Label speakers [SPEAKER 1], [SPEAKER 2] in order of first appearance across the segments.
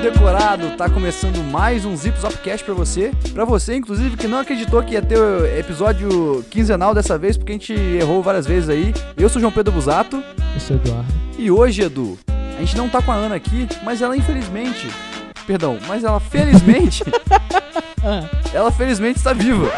[SPEAKER 1] decorado, tá começando mais um Zip Zopcast pra você. Pra você, inclusive, que não acreditou que ia ter o episódio quinzenal dessa vez, porque a gente errou várias vezes aí. Eu sou João Pedro Busato
[SPEAKER 2] Eu sou Eduardo.
[SPEAKER 1] e hoje, Edu, a gente não tá com a Ana aqui, mas ela infelizmente. Perdão, mas ela felizmente. ela felizmente está viva.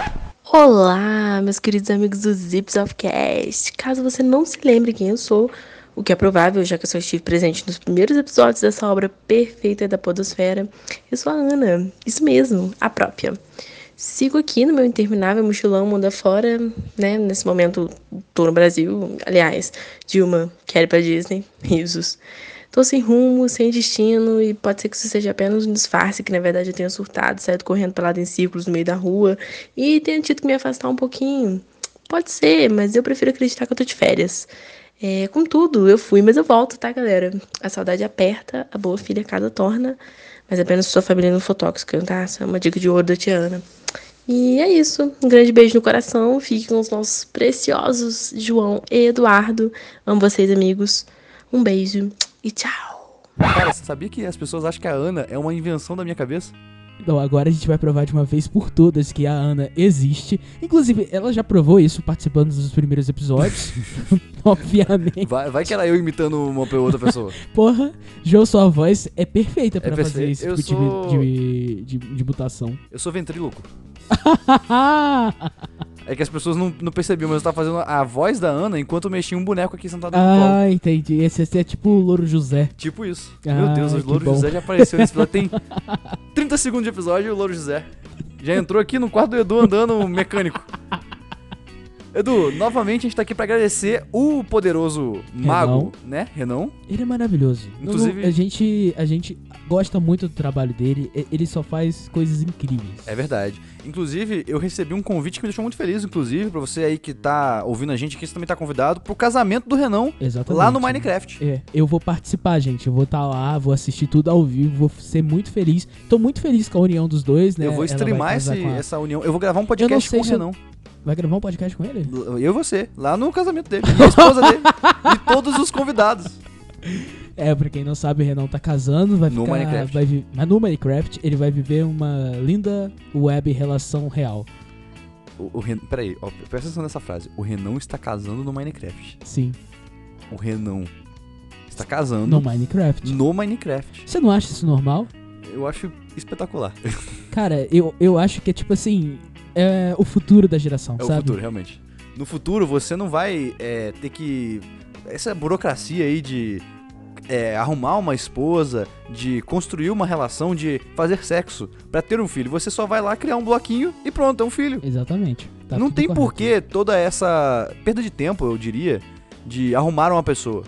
[SPEAKER 3] Olá, meus queridos amigos do Zips of Cast. Caso você não se lembre quem eu sou, o que é provável, já que eu só estive presente nos primeiros episódios dessa obra perfeita da Podosfera, eu sou a Ana, isso mesmo, a própria. Sigo aqui no meu interminável mochilão mundo afora, né? Nesse momento tô no Brasil, aliás, Dilma, quero ir pra Disney, risos. Tô sem rumo, sem destino, e pode ser que isso seja apenas um disfarce, que na verdade eu tenha surtado, saído correndo pelado em círculos no meio da rua e tenha tido que me afastar um pouquinho. Pode ser, mas eu prefiro acreditar que eu tô de férias. É, contudo, eu fui, mas eu volto, tá, galera? A saudade aperta, a boa filha casa torna, mas é apenas sua família não for tóxica, tá? Essa é uma dica de ouro da Tiana. E é isso. Um grande beijo no coração. Fiquem com os nossos preciosos João e Eduardo. Amo vocês, amigos. Um beijo e tchau.
[SPEAKER 1] Cara, você sabia que as pessoas acham que a Ana é uma invenção da minha cabeça?
[SPEAKER 2] Então agora a gente vai provar de uma vez por todas que a Ana existe. Inclusive, ela já provou isso participando dos primeiros episódios. Obviamente.
[SPEAKER 1] Vai, vai que era eu imitando uma outra pessoa.
[SPEAKER 2] Porra, João, sua voz é perfeita pra fazer
[SPEAKER 1] perfeita.
[SPEAKER 2] esse
[SPEAKER 1] Eu
[SPEAKER 2] tipo de-
[SPEAKER 1] sou-
[SPEAKER 2] de, de, de mutação.
[SPEAKER 1] Eu sou ventríloco. É que as pessoas não, não percebiam, mas eu tava fazendo a voz da Ana enquanto eu mexia um boneco aqui sentado no colo.
[SPEAKER 2] ah, entendi. Esse, esse é tipo o Louro José.
[SPEAKER 1] Tipo isso.
[SPEAKER 2] Ah,
[SPEAKER 1] Meu Deus, o
[SPEAKER 2] que
[SPEAKER 1] Louro
[SPEAKER 2] bom.
[SPEAKER 1] José já apareceu nesse episódio. Tem 30 segundos de episódio e o Louro José já entrou aqui no quarto do Edu andando um mecânico. Edu, novamente a gente tá aqui pra agradecer o poderoso mago, né? Renan.
[SPEAKER 2] Ele é maravilhoso. Não- não-
[SPEAKER 1] Inclusive-
[SPEAKER 2] a, gente, a gente gosta muito do trabalho dele. E- Ele só faz coisas incríveis.
[SPEAKER 1] É verdade. Inclusive, eu recebi um convite que me deixou muito feliz, inclusive, pra você aí que tá ouvindo a gente aqui, você também tá convidado pro casamento do Renan
[SPEAKER 2] Exatamente.
[SPEAKER 1] lá no Minecraft.
[SPEAKER 2] É, eu vou participar, gente. Eu vou estar lá, vou assistir tudo ao vivo, vou ser muito feliz. Tô muito feliz com a união dos dois, né?
[SPEAKER 1] Eu vou
[SPEAKER 2] Ela vai
[SPEAKER 1] streamar
[SPEAKER 2] casar
[SPEAKER 1] esse-
[SPEAKER 2] com a-
[SPEAKER 1] essa união. Eu vou gravar um podcast
[SPEAKER 2] sei
[SPEAKER 1] com o
[SPEAKER 2] se eu-
[SPEAKER 1] Renan.
[SPEAKER 2] Vai gravar um podcast com ele?
[SPEAKER 1] Eu e você, lá no casamento dele, e a esposa dele, e todos os convidados.
[SPEAKER 2] É, pra quem não sabe, o Renan tá casando, vai
[SPEAKER 1] No
[SPEAKER 2] ficar...
[SPEAKER 1] Minecraft.
[SPEAKER 2] vai vi- Mas no Minecraft, ele vai viver uma linda web relação real.
[SPEAKER 1] O, o Ren... Peraí, ó, presta atenção nessa frase. O Renan está casando no Minecraft.
[SPEAKER 2] Sim,
[SPEAKER 1] O Renan está casando
[SPEAKER 2] no Minecraft.
[SPEAKER 1] no Minecraft.
[SPEAKER 2] Você não acha isso normal?
[SPEAKER 1] Eu acho espetacular.
[SPEAKER 2] Cara, eu, eu acho que é tipo assim... É o futuro da geração,
[SPEAKER 1] É o
[SPEAKER 2] sabe?
[SPEAKER 1] futuro, realmente. No futuro, você não vai é, ter que. Essa burocracia aí de é, arrumar uma esposa, de construir uma relação, de fazer sexo pra ter um filho. Você só vai lá criar um bloquinho e pronto, é um filho.
[SPEAKER 2] Exatamente. Tá
[SPEAKER 1] não
[SPEAKER 2] tudo
[SPEAKER 1] tem
[SPEAKER 2] correto.
[SPEAKER 1] porquê toda essa perda de tempo, eu diria, de arrumar uma pessoa.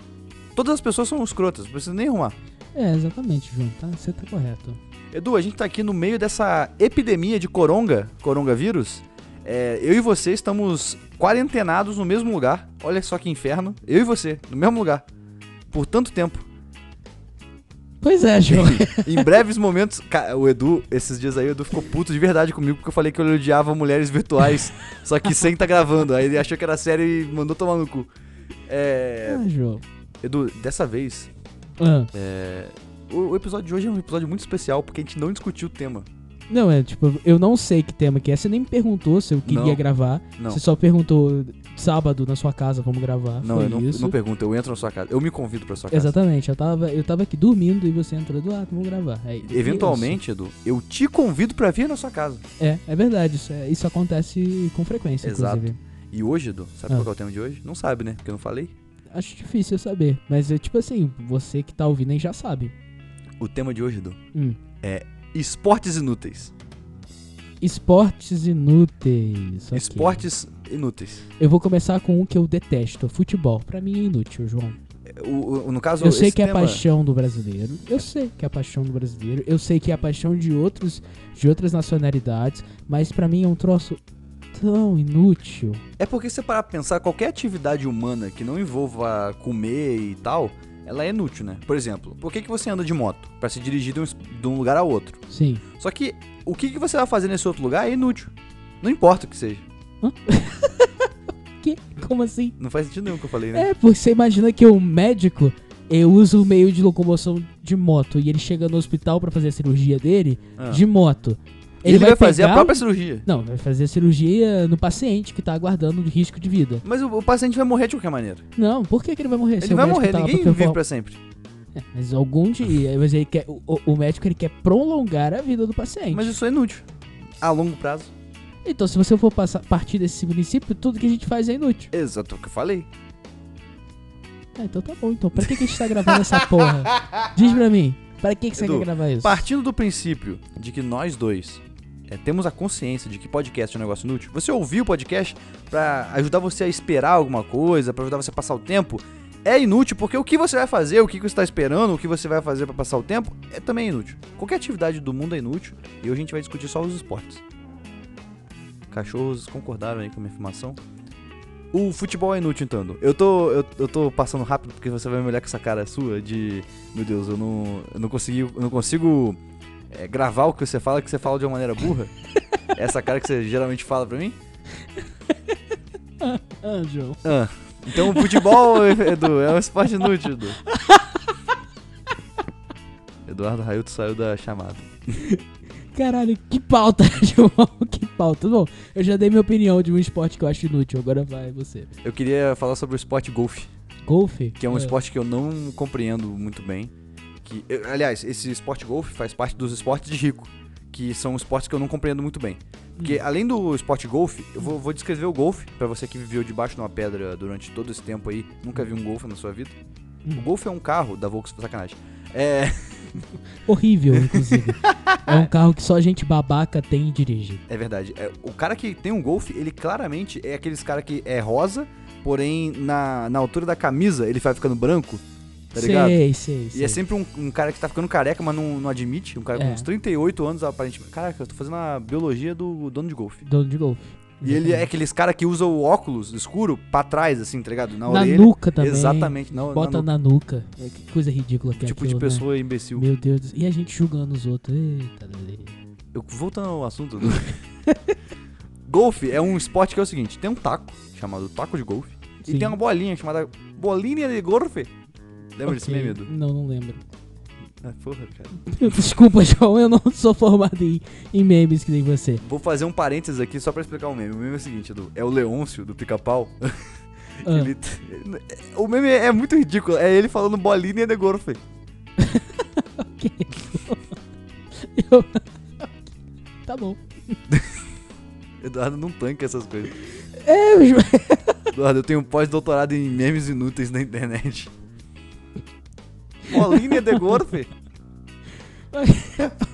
[SPEAKER 1] Todas as pessoas são escrotas, não precisa nem arrumar.
[SPEAKER 2] É, exatamente, João. Tá, você tá correto.
[SPEAKER 1] Edu, a gente tá aqui no meio dessa epidemia de coronga, coronavírus. É, eu e você estamos quarentenados no mesmo lugar. Olha só que inferno. Eu e você, no mesmo lugar. Por tanto tempo.
[SPEAKER 2] Pois é, João.
[SPEAKER 1] em breves momentos. Ca- O Edu, esses dias aí, o Edu ficou puto de verdade comigo porque eu falei que eu odiava mulheres virtuais. só que sem tá gravando. Aí ele achou que era sério e mandou tomar no cu. É.
[SPEAKER 2] Ah, João.
[SPEAKER 1] Edu, dessa vez, é,
[SPEAKER 2] Ah.
[SPEAKER 1] o, o episódio de hoje é um episódio muito especial porque a gente não discutiu o tema.
[SPEAKER 2] Não, é tipo, eu não sei que tema que é. Você nem me perguntou se eu queria
[SPEAKER 1] Não.
[SPEAKER 2] gravar.
[SPEAKER 1] Não.
[SPEAKER 2] Você só perguntou sábado na sua casa, vamos gravar.
[SPEAKER 1] Não,
[SPEAKER 2] Ah, Foi
[SPEAKER 1] eu não,
[SPEAKER 2] isso.
[SPEAKER 1] não pergunto, eu entro na sua casa. Eu me convido pra sua casa.
[SPEAKER 2] Exatamente, eu tava, eu tava aqui dormindo e você entrou, Eduardo, vamos gravar. É,
[SPEAKER 1] Eventualmente, Edu, eu te convido pra vir na sua casa.
[SPEAKER 2] isso. É, é verdade, isso, é- isso acontece com frequência,
[SPEAKER 1] Exato.
[SPEAKER 2] inclusive.
[SPEAKER 1] E hoje, Edu, sabe
[SPEAKER 2] Ah.
[SPEAKER 1] qual que é o tema de hoje? Não sabe, né? Porque eu não falei.
[SPEAKER 2] Acho difícil eu saber, mas é tipo assim, você que tá ouvindo aí já sabe.
[SPEAKER 1] O tema de hoje, Edu,
[SPEAKER 2] Hum.
[SPEAKER 1] esportes inúteis.
[SPEAKER 2] Tá Esportes inúteis. ok.
[SPEAKER 1] Esportes inúteis.
[SPEAKER 2] Eu vou começar com um que eu detesto, futebol. Pra mim é inútil, João.
[SPEAKER 1] O, o- no caso,
[SPEAKER 2] Eu sei
[SPEAKER 1] esse
[SPEAKER 2] que é a
[SPEAKER 1] tema-
[SPEAKER 2] paixão do brasileiro. Eu sei que é a paixão do brasileiro. Eu sei que é a paixão de outros de outras nacionalidades, mas pra mim é um troço tão inútil.
[SPEAKER 1] É porque se você parar pra pensar, qualquer atividade humana que não envolva comer e tal, ela é inútil, né? Por exemplo, por que, que você anda de moto? Pra se dirigir de um, es- de um lugar a outro.
[SPEAKER 2] Sim.
[SPEAKER 1] Só que o que, que você vai fazer nesse outro lugar é inútil. Não importa o que seja.
[SPEAKER 2] Que? Como assim?
[SPEAKER 1] assim? Não faz sentido nenhum o que eu falei, né?
[SPEAKER 2] É, porque você imagina que o um médico eu uso o meio de locomoção de moto e ele chega no hospital pra fazer a cirurgia dele
[SPEAKER 1] Ah.
[SPEAKER 2] de moto.
[SPEAKER 1] Ele, vai, fazer
[SPEAKER 2] pegar-
[SPEAKER 1] a própria cirurgia.
[SPEAKER 2] Não, vai fazer a cirurgia no paciente que tá aguardando o risco de vida.
[SPEAKER 1] Mas o, o paciente vai morrer de qualquer maneira.
[SPEAKER 2] Não, por que, que ele vai morrer? Se
[SPEAKER 1] Ele
[SPEAKER 2] o
[SPEAKER 1] vai
[SPEAKER 2] médico
[SPEAKER 1] morrer,
[SPEAKER 2] tá lá
[SPEAKER 1] ninguém
[SPEAKER 2] pra
[SPEAKER 1] vive
[SPEAKER 2] perform-
[SPEAKER 1] pra sempre.
[SPEAKER 2] É, mas algum dia, mas ele quer, o, o- o médico ele quer prolongar a vida do paciente.
[SPEAKER 1] Mas isso é inútil. A longo prazo.
[SPEAKER 2] Então, se você for passar, partir desse princípio, tudo que a gente faz é inútil.
[SPEAKER 1] Exato o que eu falei.
[SPEAKER 2] Ah, então tá bom. Então, pra que, que a gente tá gravando essa porra? Diz pra mim, pra que, que você
[SPEAKER 1] Edu,
[SPEAKER 2] quer gravar isso?
[SPEAKER 1] Partindo do princípio de que nós dois é, temos a consciência de que podcast é um negócio inútil, você ouvir o podcast pra ajudar você a esperar alguma coisa, pra ajudar você a passar o tempo, é inútil, porque o que você vai fazer, o que você está esperando, o que você vai fazer pra passar o tempo, é também inútil. Qualquer atividade do mundo é inútil, e hoje a gente vai discutir só os esportes. Cachorros concordaram aí com a minha afirmação. O futebol é inútil, então. Eu tô, eu, eu tô passando rápido porque você vai me olhar com essa cara sua de. Meu Deus, eu não, eu não, consegui, eu não consigo é, gravar o que você fala, que você fala de uma maneira burra. Essa cara que você geralmente fala pra mim.
[SPEAKER 2] Ah, João.
[SPEAKER 1] Ah, então o futebol, Edu, é um esporte inútil, Edu. Eduardo Raiuto saiu da chamada.
[SPEAKER 2] Caralho, que pauta, João, que pauta. Bom, eu já dei minha opinião de um esporte que eu acho inútil, agora vai você.
[SPEAKER 1] Eu queria falar sobre o esporte golfe,
[SPEAKER 2] Golfe?
[SPEAKER 1] que é um esporte que eu não compreendo muito bem. Que, eu- aliás, esse esporte golfe faz parte dos esportes de rico, que são esportes que eu não compreendo muito bem. Porque além do esporte golfe, eu vou, vou descrever o golfe pra você que viveu debaixo de uma pedra durante todo esse tempo aí, nunca viu um golfe na sua vida.
[SPEAKER 2] Hum.
[SPEAKER 1] O golfe é um carro da Volkswagen, sacanagem. É,
[SPEAKER 2] Horrível, inclusive. é um carro que só gente babaca tem e dirige.
[SPEAKER 1] é verdade. É, o cara que tem um golfe, ele claramente é aqueles cara que é rosa, porém na, na altura da camisa ele vai ficando branco, tá ligado?
[SPEAKER 2] sei, sei, sei.
[SPEAKER 1] E é sempre um, um cara que tá ficando careca, mas não, não admite. Um cara com
[SPEAKER 2] É.
[SPEAKER 1] uns 38 anos, aparentemente. Caraca, eu tô fazendo a biologia do dono de golfe.
[SPEAKER 2] Dono de golfe.
[SPEAKER 1] E ele é
[SPEAKER 2] Exatamente.
[SPEAKER 1] aqueles cara que usa o óculos escuro pra trás, assim, tá ligado? Na,
[SPEAKER 2] Na
[SPEAKER 1] orelha.
[SPEAKER 2] nuca também.
[SPEAKER 1] Exatamente, não,
[SPEAKER 2] Bota
[SPEAKER 1] não,
[SPEAKER 2] na nuca. É, que coisa ridícula que é
[SPEAKER 1] tipo de
[SPEAKER 2] aquilo, né?
[SPEAKER 1] pessoa imbecil.
[SPEAKER 2] Meu Deus. do céu. E a gente julgando os outros. Eita, dele.
[SPEAKER 1] Eu, voltando ao assunto do. golfe é um esporte que é o seguinte: tem um taco, chamado taco de golfe,
[SPEAKER 2] Sim.
[SPEAKER 1] e tem uma bolinha chamada bolinha de golfe. Lembra desse
[SPEAKER 2] Ok.
[SPEAKER 1] meme, Edu?
[SPEAKER 2] Não, não lembro.
[SPEAKER 1] Ah, porra, cara.
[SPEAKER 2] Desculpa, João, eu não sou formado em, em memes que nem você.
[SPEAKER 1] Vou fazer um parênteses aqui só pra explicar o meme. O meme é o seguinte, Edu: é o Leôncio do pica-pau.
[SPEAKER 2] Ah.
[SPEAKER 1] Ele- O meme é muito ridículo. É ele falando bolinha de golfe.
[SPEAKER 2] Ok. Eu- Tá bom.
[SPEAKER 1] Eduardo não tanca essas coisas.
[SPEAKER 2] É, o Ju-
[SPEAKER 1] Eduardo, eu tenho um pós-doutorado em memes inúteis na internet. Bolinha de golfe?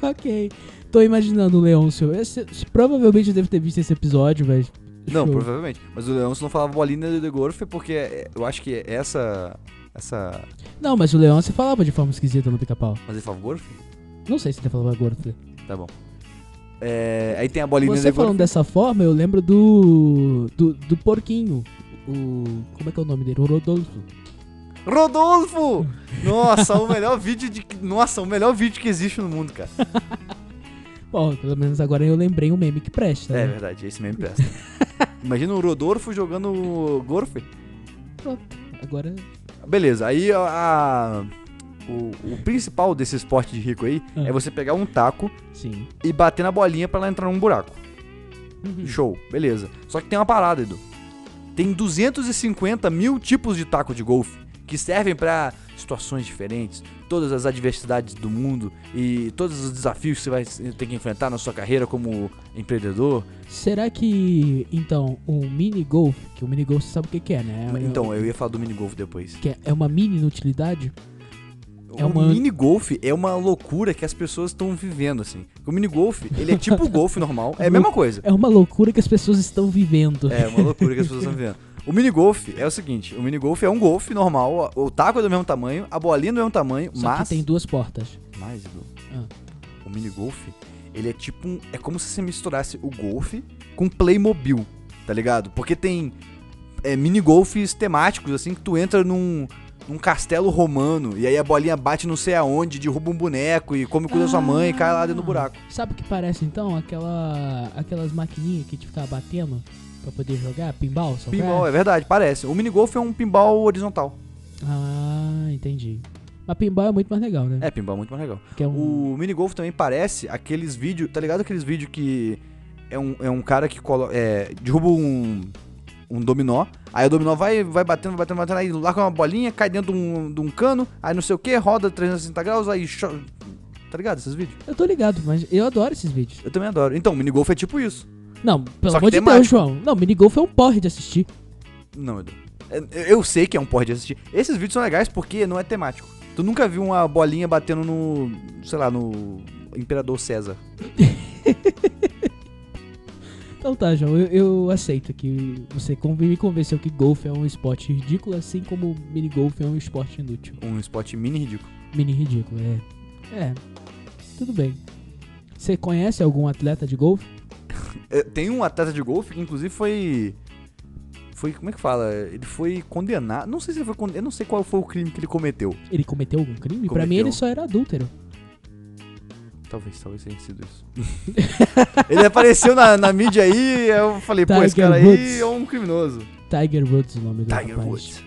[SPEAKER 2] ok. Tô imaginando o Leôncio. Esse- se- provavelmente eu devo ter visto esse episódio, mas.
[SPEAKER 1] Não,
[SPEAKER 2] Show.
[SPEAKER 1] provavelmente. Mas o Leôncio não falava bolinha de golfe porque é, eu acho que essa. Essa.
[SPEAKER 2] Não, mas o Leôncio falava de forma esquisita no pica-pau.
[SPEAKER 1] Mas ele falava golfe?
[SPEAKER 2] Não sei se ele falava agora.
[SPEAKER 1] Tá bom. É, aí tem a bolinha
[SPEAKER 2] Você
[SPEAKER 1] de golfe.
[SPEAKER 2] falando dessa forma, eu lembro do. do, do porquinho. O. Como é que é o nome dele? O Rodolfo.
[SPEAKER 1] Rodolfo! Nossa, o melhor vídeo de. Nossa, o melhor vídeo que existe no mundo, cara.
[SPEAKER 2] Bom, pelo menos agora eu lembrei um meme que presta.
[SPEAKER 1] É
[SPEAKER 2] né?
[SPEAKER 1] verdade, esse meme presta. Imagina o Rodolfo jogando golfe. né?
[SPEAKER 2] Agora.
[SPEAKER 1] Beleza, aí a- a- o, o principal desse esporte de rico aí
[SPEAKER 2] Ah.
[SPEAKER 1] é você pegar um taco
[SPEAKER 2] Sim.
[SPEAKER 1] e bater na bolinha pra ela entrar num buraco.
[SPEAKER 2] Uhum.
[SPEAKER 1] Show, beleza. Só que tem uma parada, Edu. Tem 250 mil tipos de taco de golfe que servem pra situações diferentes, todas as adversidades do mundo e todos os desafios que você vai ter que enfrentar na sua carreira como empreendedor.
[SPEAKER 2] Será que, então, o mini golf, que o mini golf você sabe o que, que é, né? É-
[SPEAKER 1] Então, eu ia falar do mini golfe depois.
[SPEAKER 2] que é, é uma mini inutilidade? É
[SPEAKER 1] o
[SPEAKER 2] uma-
[SPEAKER 1] mini golfe é uma loucura que as pessoas estão vivendo, assim. O mini golfe, ele é tipo o golfe normal, é a mesma coisa.
[SPEAKER 2] É uma loucura que as pessoas estão vivendo.
[SPEAKER 1] É uma loucura que as pessoas estão vivendo. O mini golfe é o seguinte: o mini golfe é um golfe normal, o taco é do mesmo tamanho, a bolinha é do mesmo tamanho,
[SPEAKER 2] Só
[SPEAKER 1] mas.
[SPEAKER 2] que tem duas portas.
[SPEAKER 1] Mas, Edu,
[SPEAKER 2] Ah.
[SPEAKER 1] o mini golfe, ele é tipo um. É como se você misturasse o golfe com Playmobil, tá ligado? Porque tem é, mini golfes temáticos, assim, que tu entra num. num castelo romano, e aí a bolinha bate não sei aonde, derruba um boneco e come o cu da sua mãe e cai lá dentro do buraco.
[SPEAKER 2] Sabe o que parece, então? Aquela, aquelas maquininhas que te ficava batendo pra poder jogar? Pinball? só
[SPEAKER 1] é Pinball, é verdade, parece. O mini golfe é um pinball horizontal.
[SPEAKER 2] Ah, Ah, entendi. Mas pinball é muito mais legal, né?
[SPEAKER 1] É, pinball é muito mais legal.
[SPEAKER 2] Que é um...
[SPEAKER 1] O minigolf também parece aqueles vídeos, tá ligado aqueles vídeos que é um, é um cara que colo, é, derruba um, um dominó, aí o dominó vai, vai batendo, vai batendo, vai batendo, aí larga uma bolinha, cai dentro de um, de um cano, aí não sei o que, roda 360 graus, aí cho... Tá ligado esses vídeos?
[SPEAKER 2] Eu tô ligado, mas eu adoro esses vídeos.
[SPEAKER 1] Eu também adoro. Então, minigolf é tipo isso.
[SPEAKER 2] Não, pelo
[SPEAKER 1] Só que
[SPEAKER 2] amor de Deus,
[SPEAKER 1] temático.
[SPEAKER 2] João. Não, minigolf é um porre de assistir.
[SPEAKER 1] Não, Edu. Eu, eu sei que é um porra de assistir. Esses vídeos são legais porque não é temático. Tu nunca viu uma bolinha batendo no, sei lá, no Imperador César.
[SPEAKER 2] Então tá, João, eu, eu aceito que você con- me convenceu que golfe é um esporte ridículo, assim como minigolf é um esporte inútil.
[SPEAKER 1] Um spot mini ridículo.
[SPEAKER 2] Mini ridículo, é. É, tudo bem. Você conhece algum atleta de golfe?
[SPEAKER 1] É, Tem um atleta de golfe que inclusive foi. Foi. Como é que fala? Ele foi condenado. Não sei se ele foi condenado. Eu não sei qual foi o crime que ele cometeu.
[SPEAKER 2] Ele cometeu algum crime? Pra
[SPEAKER 1] Cometeu.
[SPEAKER 2] mim ele só era adúltero.
[SPEAKER 1] Talvez, talvez tenha sido isso. ele apareceu na, na mídia aí, eu falei, pô, esse
[SPEAKER 2] Tiger
[SPEAKER 1] cara
[SPEAKER 2] Woods.
[SPEAKER 1] aí é um criminoso.
[SPEAKER 2] Tiger Woods o nome do
[SPEAKER 1] Tiger
[SPEAKER 2] rapaz.
[SPEAKER 1] Woods.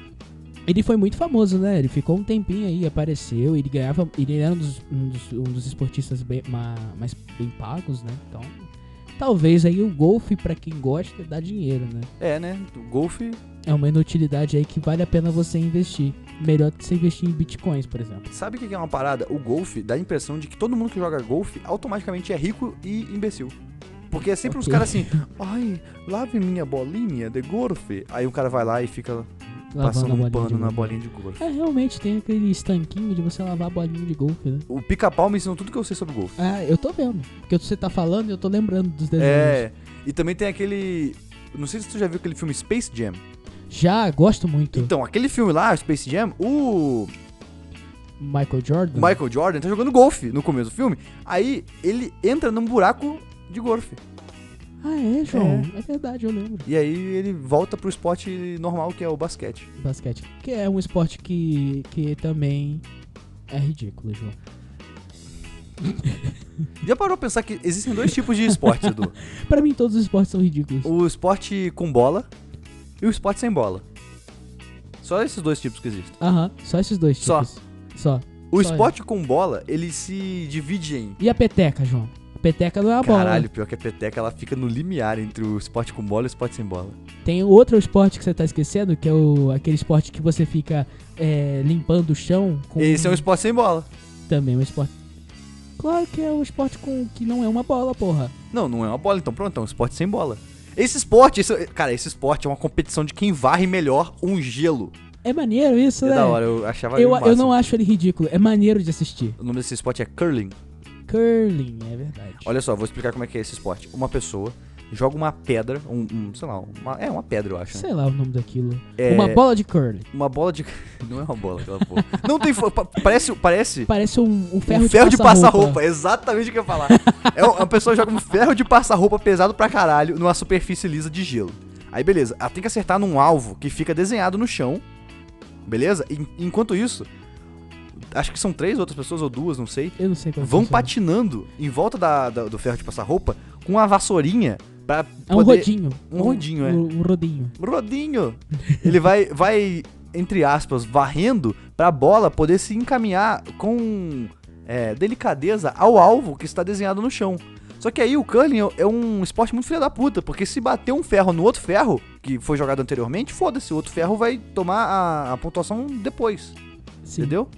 [SPEAKER 2] Ele foi muito famoso, né? Ele ficou um tempinho aí, apareceu, ele ganhava. Ele era um dos, um dos- um dos esportistas bem, ma- mais bem pagos, né? Então. Talvez aí o golfe, pra quem gosta, dá dinheiro, né?
[SPEAKER 1] É, né? O golfe.
[SPEAKER 2] É uma inutilidade aí que vale a pena você investir. Melhor do que você investir em bitcoins, por exemplo.
[SPEAKER 1] Sabe o que que é uma parada? O golfe dá a impressão de que todo mundo que joga golfe automaticamente é rico e imbecil. Porque é sempre uns
[SPEAKER 2] Ok.
[SPEAKER 1] caras assim, ai, lave minha bolinha de golfe. Aí o cara vai lá e fica
[SPEAKER 2] Lavando
[SPEAKER 1] passando
[SPEAKER 2] a
[SPEAKER 1] um
[SPEAKER 2] bolinha de
[SPEAKER 1] pano na
[SPEAKER 2] golfe.
[SPEAKER 1] bolinha de golfe.
[SPEAKER 2] É, realmente tem aquele estanquinho de você lavar a bolinha de golfe, né?
[SPEAKER 1] O pica-pau me ensinou tudo que eu sei sobre golfe.
[SPEAKER 2] Ah, eu tô vendo. Porque você tá falando e eu tô lembrando dos desenhos.
[SPEAKER 1] É, e também tem aquele. Não sei se tu já viu aquele filme Space Jam.
[SPEAKER 2] Já gosto muito.
[SPEAKER 1] Então, aquele filme lá, Space Jam, o
[SPEAKER 2] Michael Jordan.
[SPEAKER 1] o Então- Michael Jordan tá jogando golfe no começo do filme. Aí ele entra num buraco de golfe.
[SPEAKER 2] Ah, é, João. É. verdade, eu lembro.
[SPEAKER 1] E aí ele volta pro esporte normal que é o basquete.
[SPEAKER 2] Basquete. Que é um esporte que, que também é ridículo, João.
[SPEAKER 1] Já parou pra pensar que existem dois tipos de esportes, Edu?
[SPEAKER 2] Pra mim, todos os esportes são ridículos.
[SPEAKER 1] O esporte com bola e o esporte sem bola. Só esses dois tipos que existem.
[SPEAKER 2] Aham, só esses dois
[SPEAKER 1] Só.
[SPEAKER 2] tipos. Só.
[SPEAKER 1] O
[SPEAKER 2] Só
[SPEAKER 1] esporte com bola, ele se divide em.
[SPEAKER 2] E a peteca, João? A peteca não é a
[SPEAKER 1] Caralho,
[SPEAKER 2] bola.
[SPEAKER 1] pior que a peteca, ela fica no limiar entre o esporte com bola e o esporte sem bola.
[SPEAKER 2] Tem outro esporte que você tá esquecendo, que é o, aquele esporte que você fica é, limpando o chão com.
[SPEAKER 1] Esse é um esporte sem bola.
[SPEAKER 2] Também é um esporte. Claro que é um esporte com que não é uma bola, porra.
[SPEAKER 1] Não, não é uma bola, então pronto, é um esporte sem bola. Esse esporte, esse- cara, esse esporte é uma competição de quem varre melhor um gelo.
[SPEAKER 2] É maneiro isso,
[SPEAKER 1] É
[SPEAKER 2] né?
[SPEAKER 1] da hora, eu achava
[SPEAKER 2] Eu,
[SPEAKER 1] o
[SPEAKER 2] eu
[SPEAKER 1] máximo.
[SPEAKER 2] não acho ele ridículo. É maneiro de assistir.
[SPEAKER 1] O nome desse esporte é curling.
[SPEAKER 2] Curling, é verdade.
[SPEAKER 1] Olha só, vou explicar como é que é esse esporte. Uma pessoa joga uma pedra, um, um, sei lá, uma- é uma pedra, eu acho. né?
[SPEAKER 2] Sei lá o nome daquilo.
[SPEAKER 1] É,
[SPEAKER 2] Uma bola de curling.
[SPEAKER 1] uma bola de não é uma bola, aquela porra. Não tem fo- pa- parece parece
[SPEAKER 2] Parece um, um ferro,
[SPEAKER 1] um ferro de
[SPEAKER 2] passar
[SPEAKER 1] passar-roupa, É exatamente o que eu ia falar. é uma uma pessoa joga um ferro de passar-roupa pesado pra caralho numa superfície lisa de gelo. Aí beleza, ela tem que acertar num alvo que fica desenhado no chão, beleza? E- enquanto isso, acho que são três outras pessoas ou duas, não sei,
[SPEAKER 2] Eu não sei como
[SPEAKER 1] vão
[SPEAKER 2] funciona.
[SPEAKER 1] patinando em volta da- da- do ferro de passar-roupa com uma vassourinha pra
[SPEAKER 2] É um
[SPEAKER 1] poder...
[SPEAKER 2] rodinho.
[SPEAKER 1] um rodinho, é.
[SPEAKER 2] Um, um rodinho.
[SPEAKER 1] Rodinho. Ele vai, vai entre aspas, varrendo pra bola poder se encaminhar com é, delicadeza ao alvo que está desenhado no chão. Só que aí o curling é- é um esporte muito filho da puta, porque se bater um ferro no outro ferro, que foi jogado anteriormente, foda-se, o outro ferro vai tomar a, a pontuação depois,
[SPEAKER 2] Sim.
[SPEAKER 1] entendeu?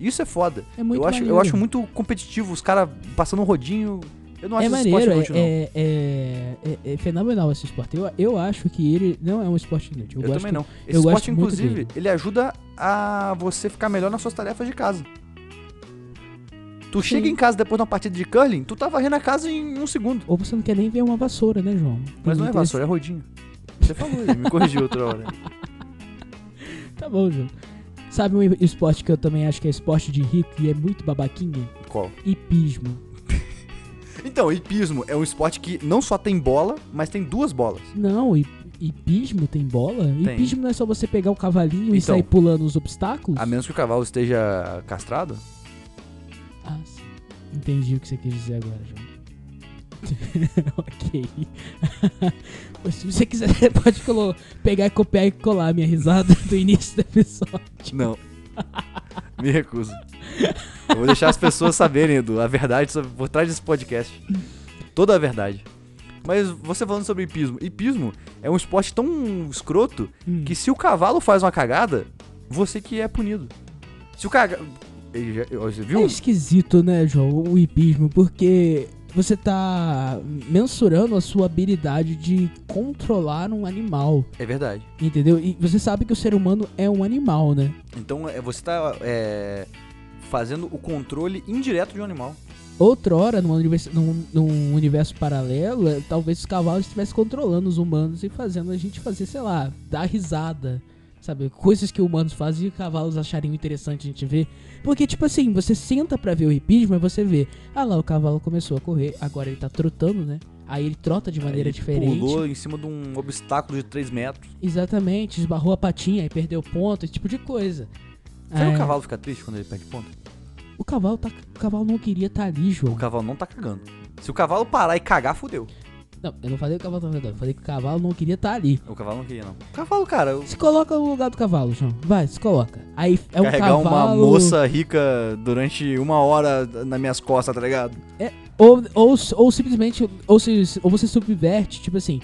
[SPEAKER 1] Isso é foda.
[SPEAKER 2] É muito
[SPEAKER 1] eu, acho, eu
[SPEAKER 2] maneiro.
[SPEAKER 1] acho muito competitivo os caras passando um rodinho. Eu não acho
[SPEAKER 2] é
[SPEAKER 1] esse
[SPEAKER 2] maneiro,
[SPEAKER 1] esporte inútil,
[SPEAKER 2] é,
[SPEAKER 1] não.
[SPEAKER 2] é, é, é- é fenomenal esse esporte. Eu, eu acho que ele não é um esporte inútil.
[SPEAKER 1] Eu,
[SPEAKER 2] gosto
[SPEAKER 1] também não. Esse
[SPEAKER 2] eu gosto
[SPEAKER 1] esporte,
[SPEAKER 2] muito
[SPEAKER 1] inclusive,
[SPEAKER 2] dele.
[SPEAKER 1] ele ajuda a você ficar melhor nas suas tarefas de casa. Tu
[SPEAKER 2] Sim.
[SPEAKER 1] chega em casa depois de uma partida de curling, tu tá varrendo a casa em um segundo.
[SPEAKER 2] Ou você não quer nem ver uma vassoura, né, João?
[SPEAKER 1] Mas
[SPEAKER 2] Tem
[SPEAKER 1] não é
[SPEAKER 2] muito
[SPEAKER 1] vassoura, é rodinho. Você falou aí, me corrigiu outra hora.
[SPEAKER 2] esse- Tá bom, João. Sabe um esporte que eu também acho que é esporte de rico e é muito babaquinha?
[SPEAKER 1] Qual?
[SPEAKER 2] Hipismo.
[SPEAKER 1] Então, hipismo é um esporte que não só tem bola, mas tem duas bolas.
[SPEAKER 2] Não, hip- hipismo tem bola? Hipismo não é só você pegar o cavalinho e
[SPEAKER 1] Então.
[SPEAKER 2] sair pulando os obstáculos?
[SPEAKER 1] A menos que o cavalo esteja castrado.
[SPEAKER 2] Ah, sim. Entendi o que você quis dizer agora, João. ok. Mas se você quiser, você pode colo- pegar, copiar e colar a minha risada do início do episódio.
[SPEAKER 1] Não. Tipo, Me recuso. Eu vou deixar as pessoas saberem, Edu, a verdade sobre- por trás desse podcast. Toda a verdade. Mas você falando sobre hipismo. Hipismo é um esporte tão escroto
[SPEAKER 2] Hum.
[SPEAKER 1] que se o cavalo faz uma cagada, você que é punido. Se o cagado. Você
[SPEAKER 2] É
[SPEAKER 1] viu?
[SPEAKER 2] esquisito, né, João, o hipismo, porque você tá mensurando a sua habilidade de controlar um animal,
[SPEAKER 1] É verdade.
[SPEAKER 2] entendeu? E você sabe que o ser humano é um animal, né?
[SPEAKER 1] Então é, você tá é, fazendo o controle indireto de um animal.
[SPEAKER 2] Outrora, num universo, num- num universo paralelo, eh, talvez os cavalos estivessem controlando os humanos e fazendo a gente fazer, sei lá, dar risada. Sabe, coisas que humanos fazem e cavalos achariam interessante a gente ver. Porque, tipo assim, você senta pra ver o hipismo e você vê. Ah lá, o cavalo começou a correr, agora ele tá trotando, né? Aí ele trota de maneira
[SPEAKER 1] Ele
[SPEAKER 2] diferente.
[SPEAKER 1] Pulou em cima de um obstáculo de 3 metros.
[SPEAKER 2] Exatamente, esbarrou a patinha e perdeu ponto, esse tipo de coisa.
[SPEAKER 1] Será que
[SPEAKER 2] É,
[SPEAKER 1] o cavalo fica triste quando ele perde ponto?
[SPEAKER 2] O cavalo, tá, o cavalo não queria estar ali,
[SPEAKER 1] O
[SPEAKER 2] João.
[SPEAKER 1] cavalo não tá cagando. Se o cavalo parar e cagar, fudeu.
[SPEAKER 2] Não, eu não falei que o cavalo tava andando, eu falei que o cavalo não queria estar ali.
[SPEAKER 1] O cavalo não queria, não. O cavalo, cara, eu-
[SPEAKER 2] Se coloca no lugar do cavalo, João. Vai, se coloca. Aí é um
[SPEAKER 1] carregar
[SPEAKER 2] cavalo.
[SPEAKER 1] uma moça rica durante uma hora nas minhas costas, tá ligado?
[SPEAKER 2] Ou, ou, ou simplesmente. Ou, se, ou você subverte, tipo assim.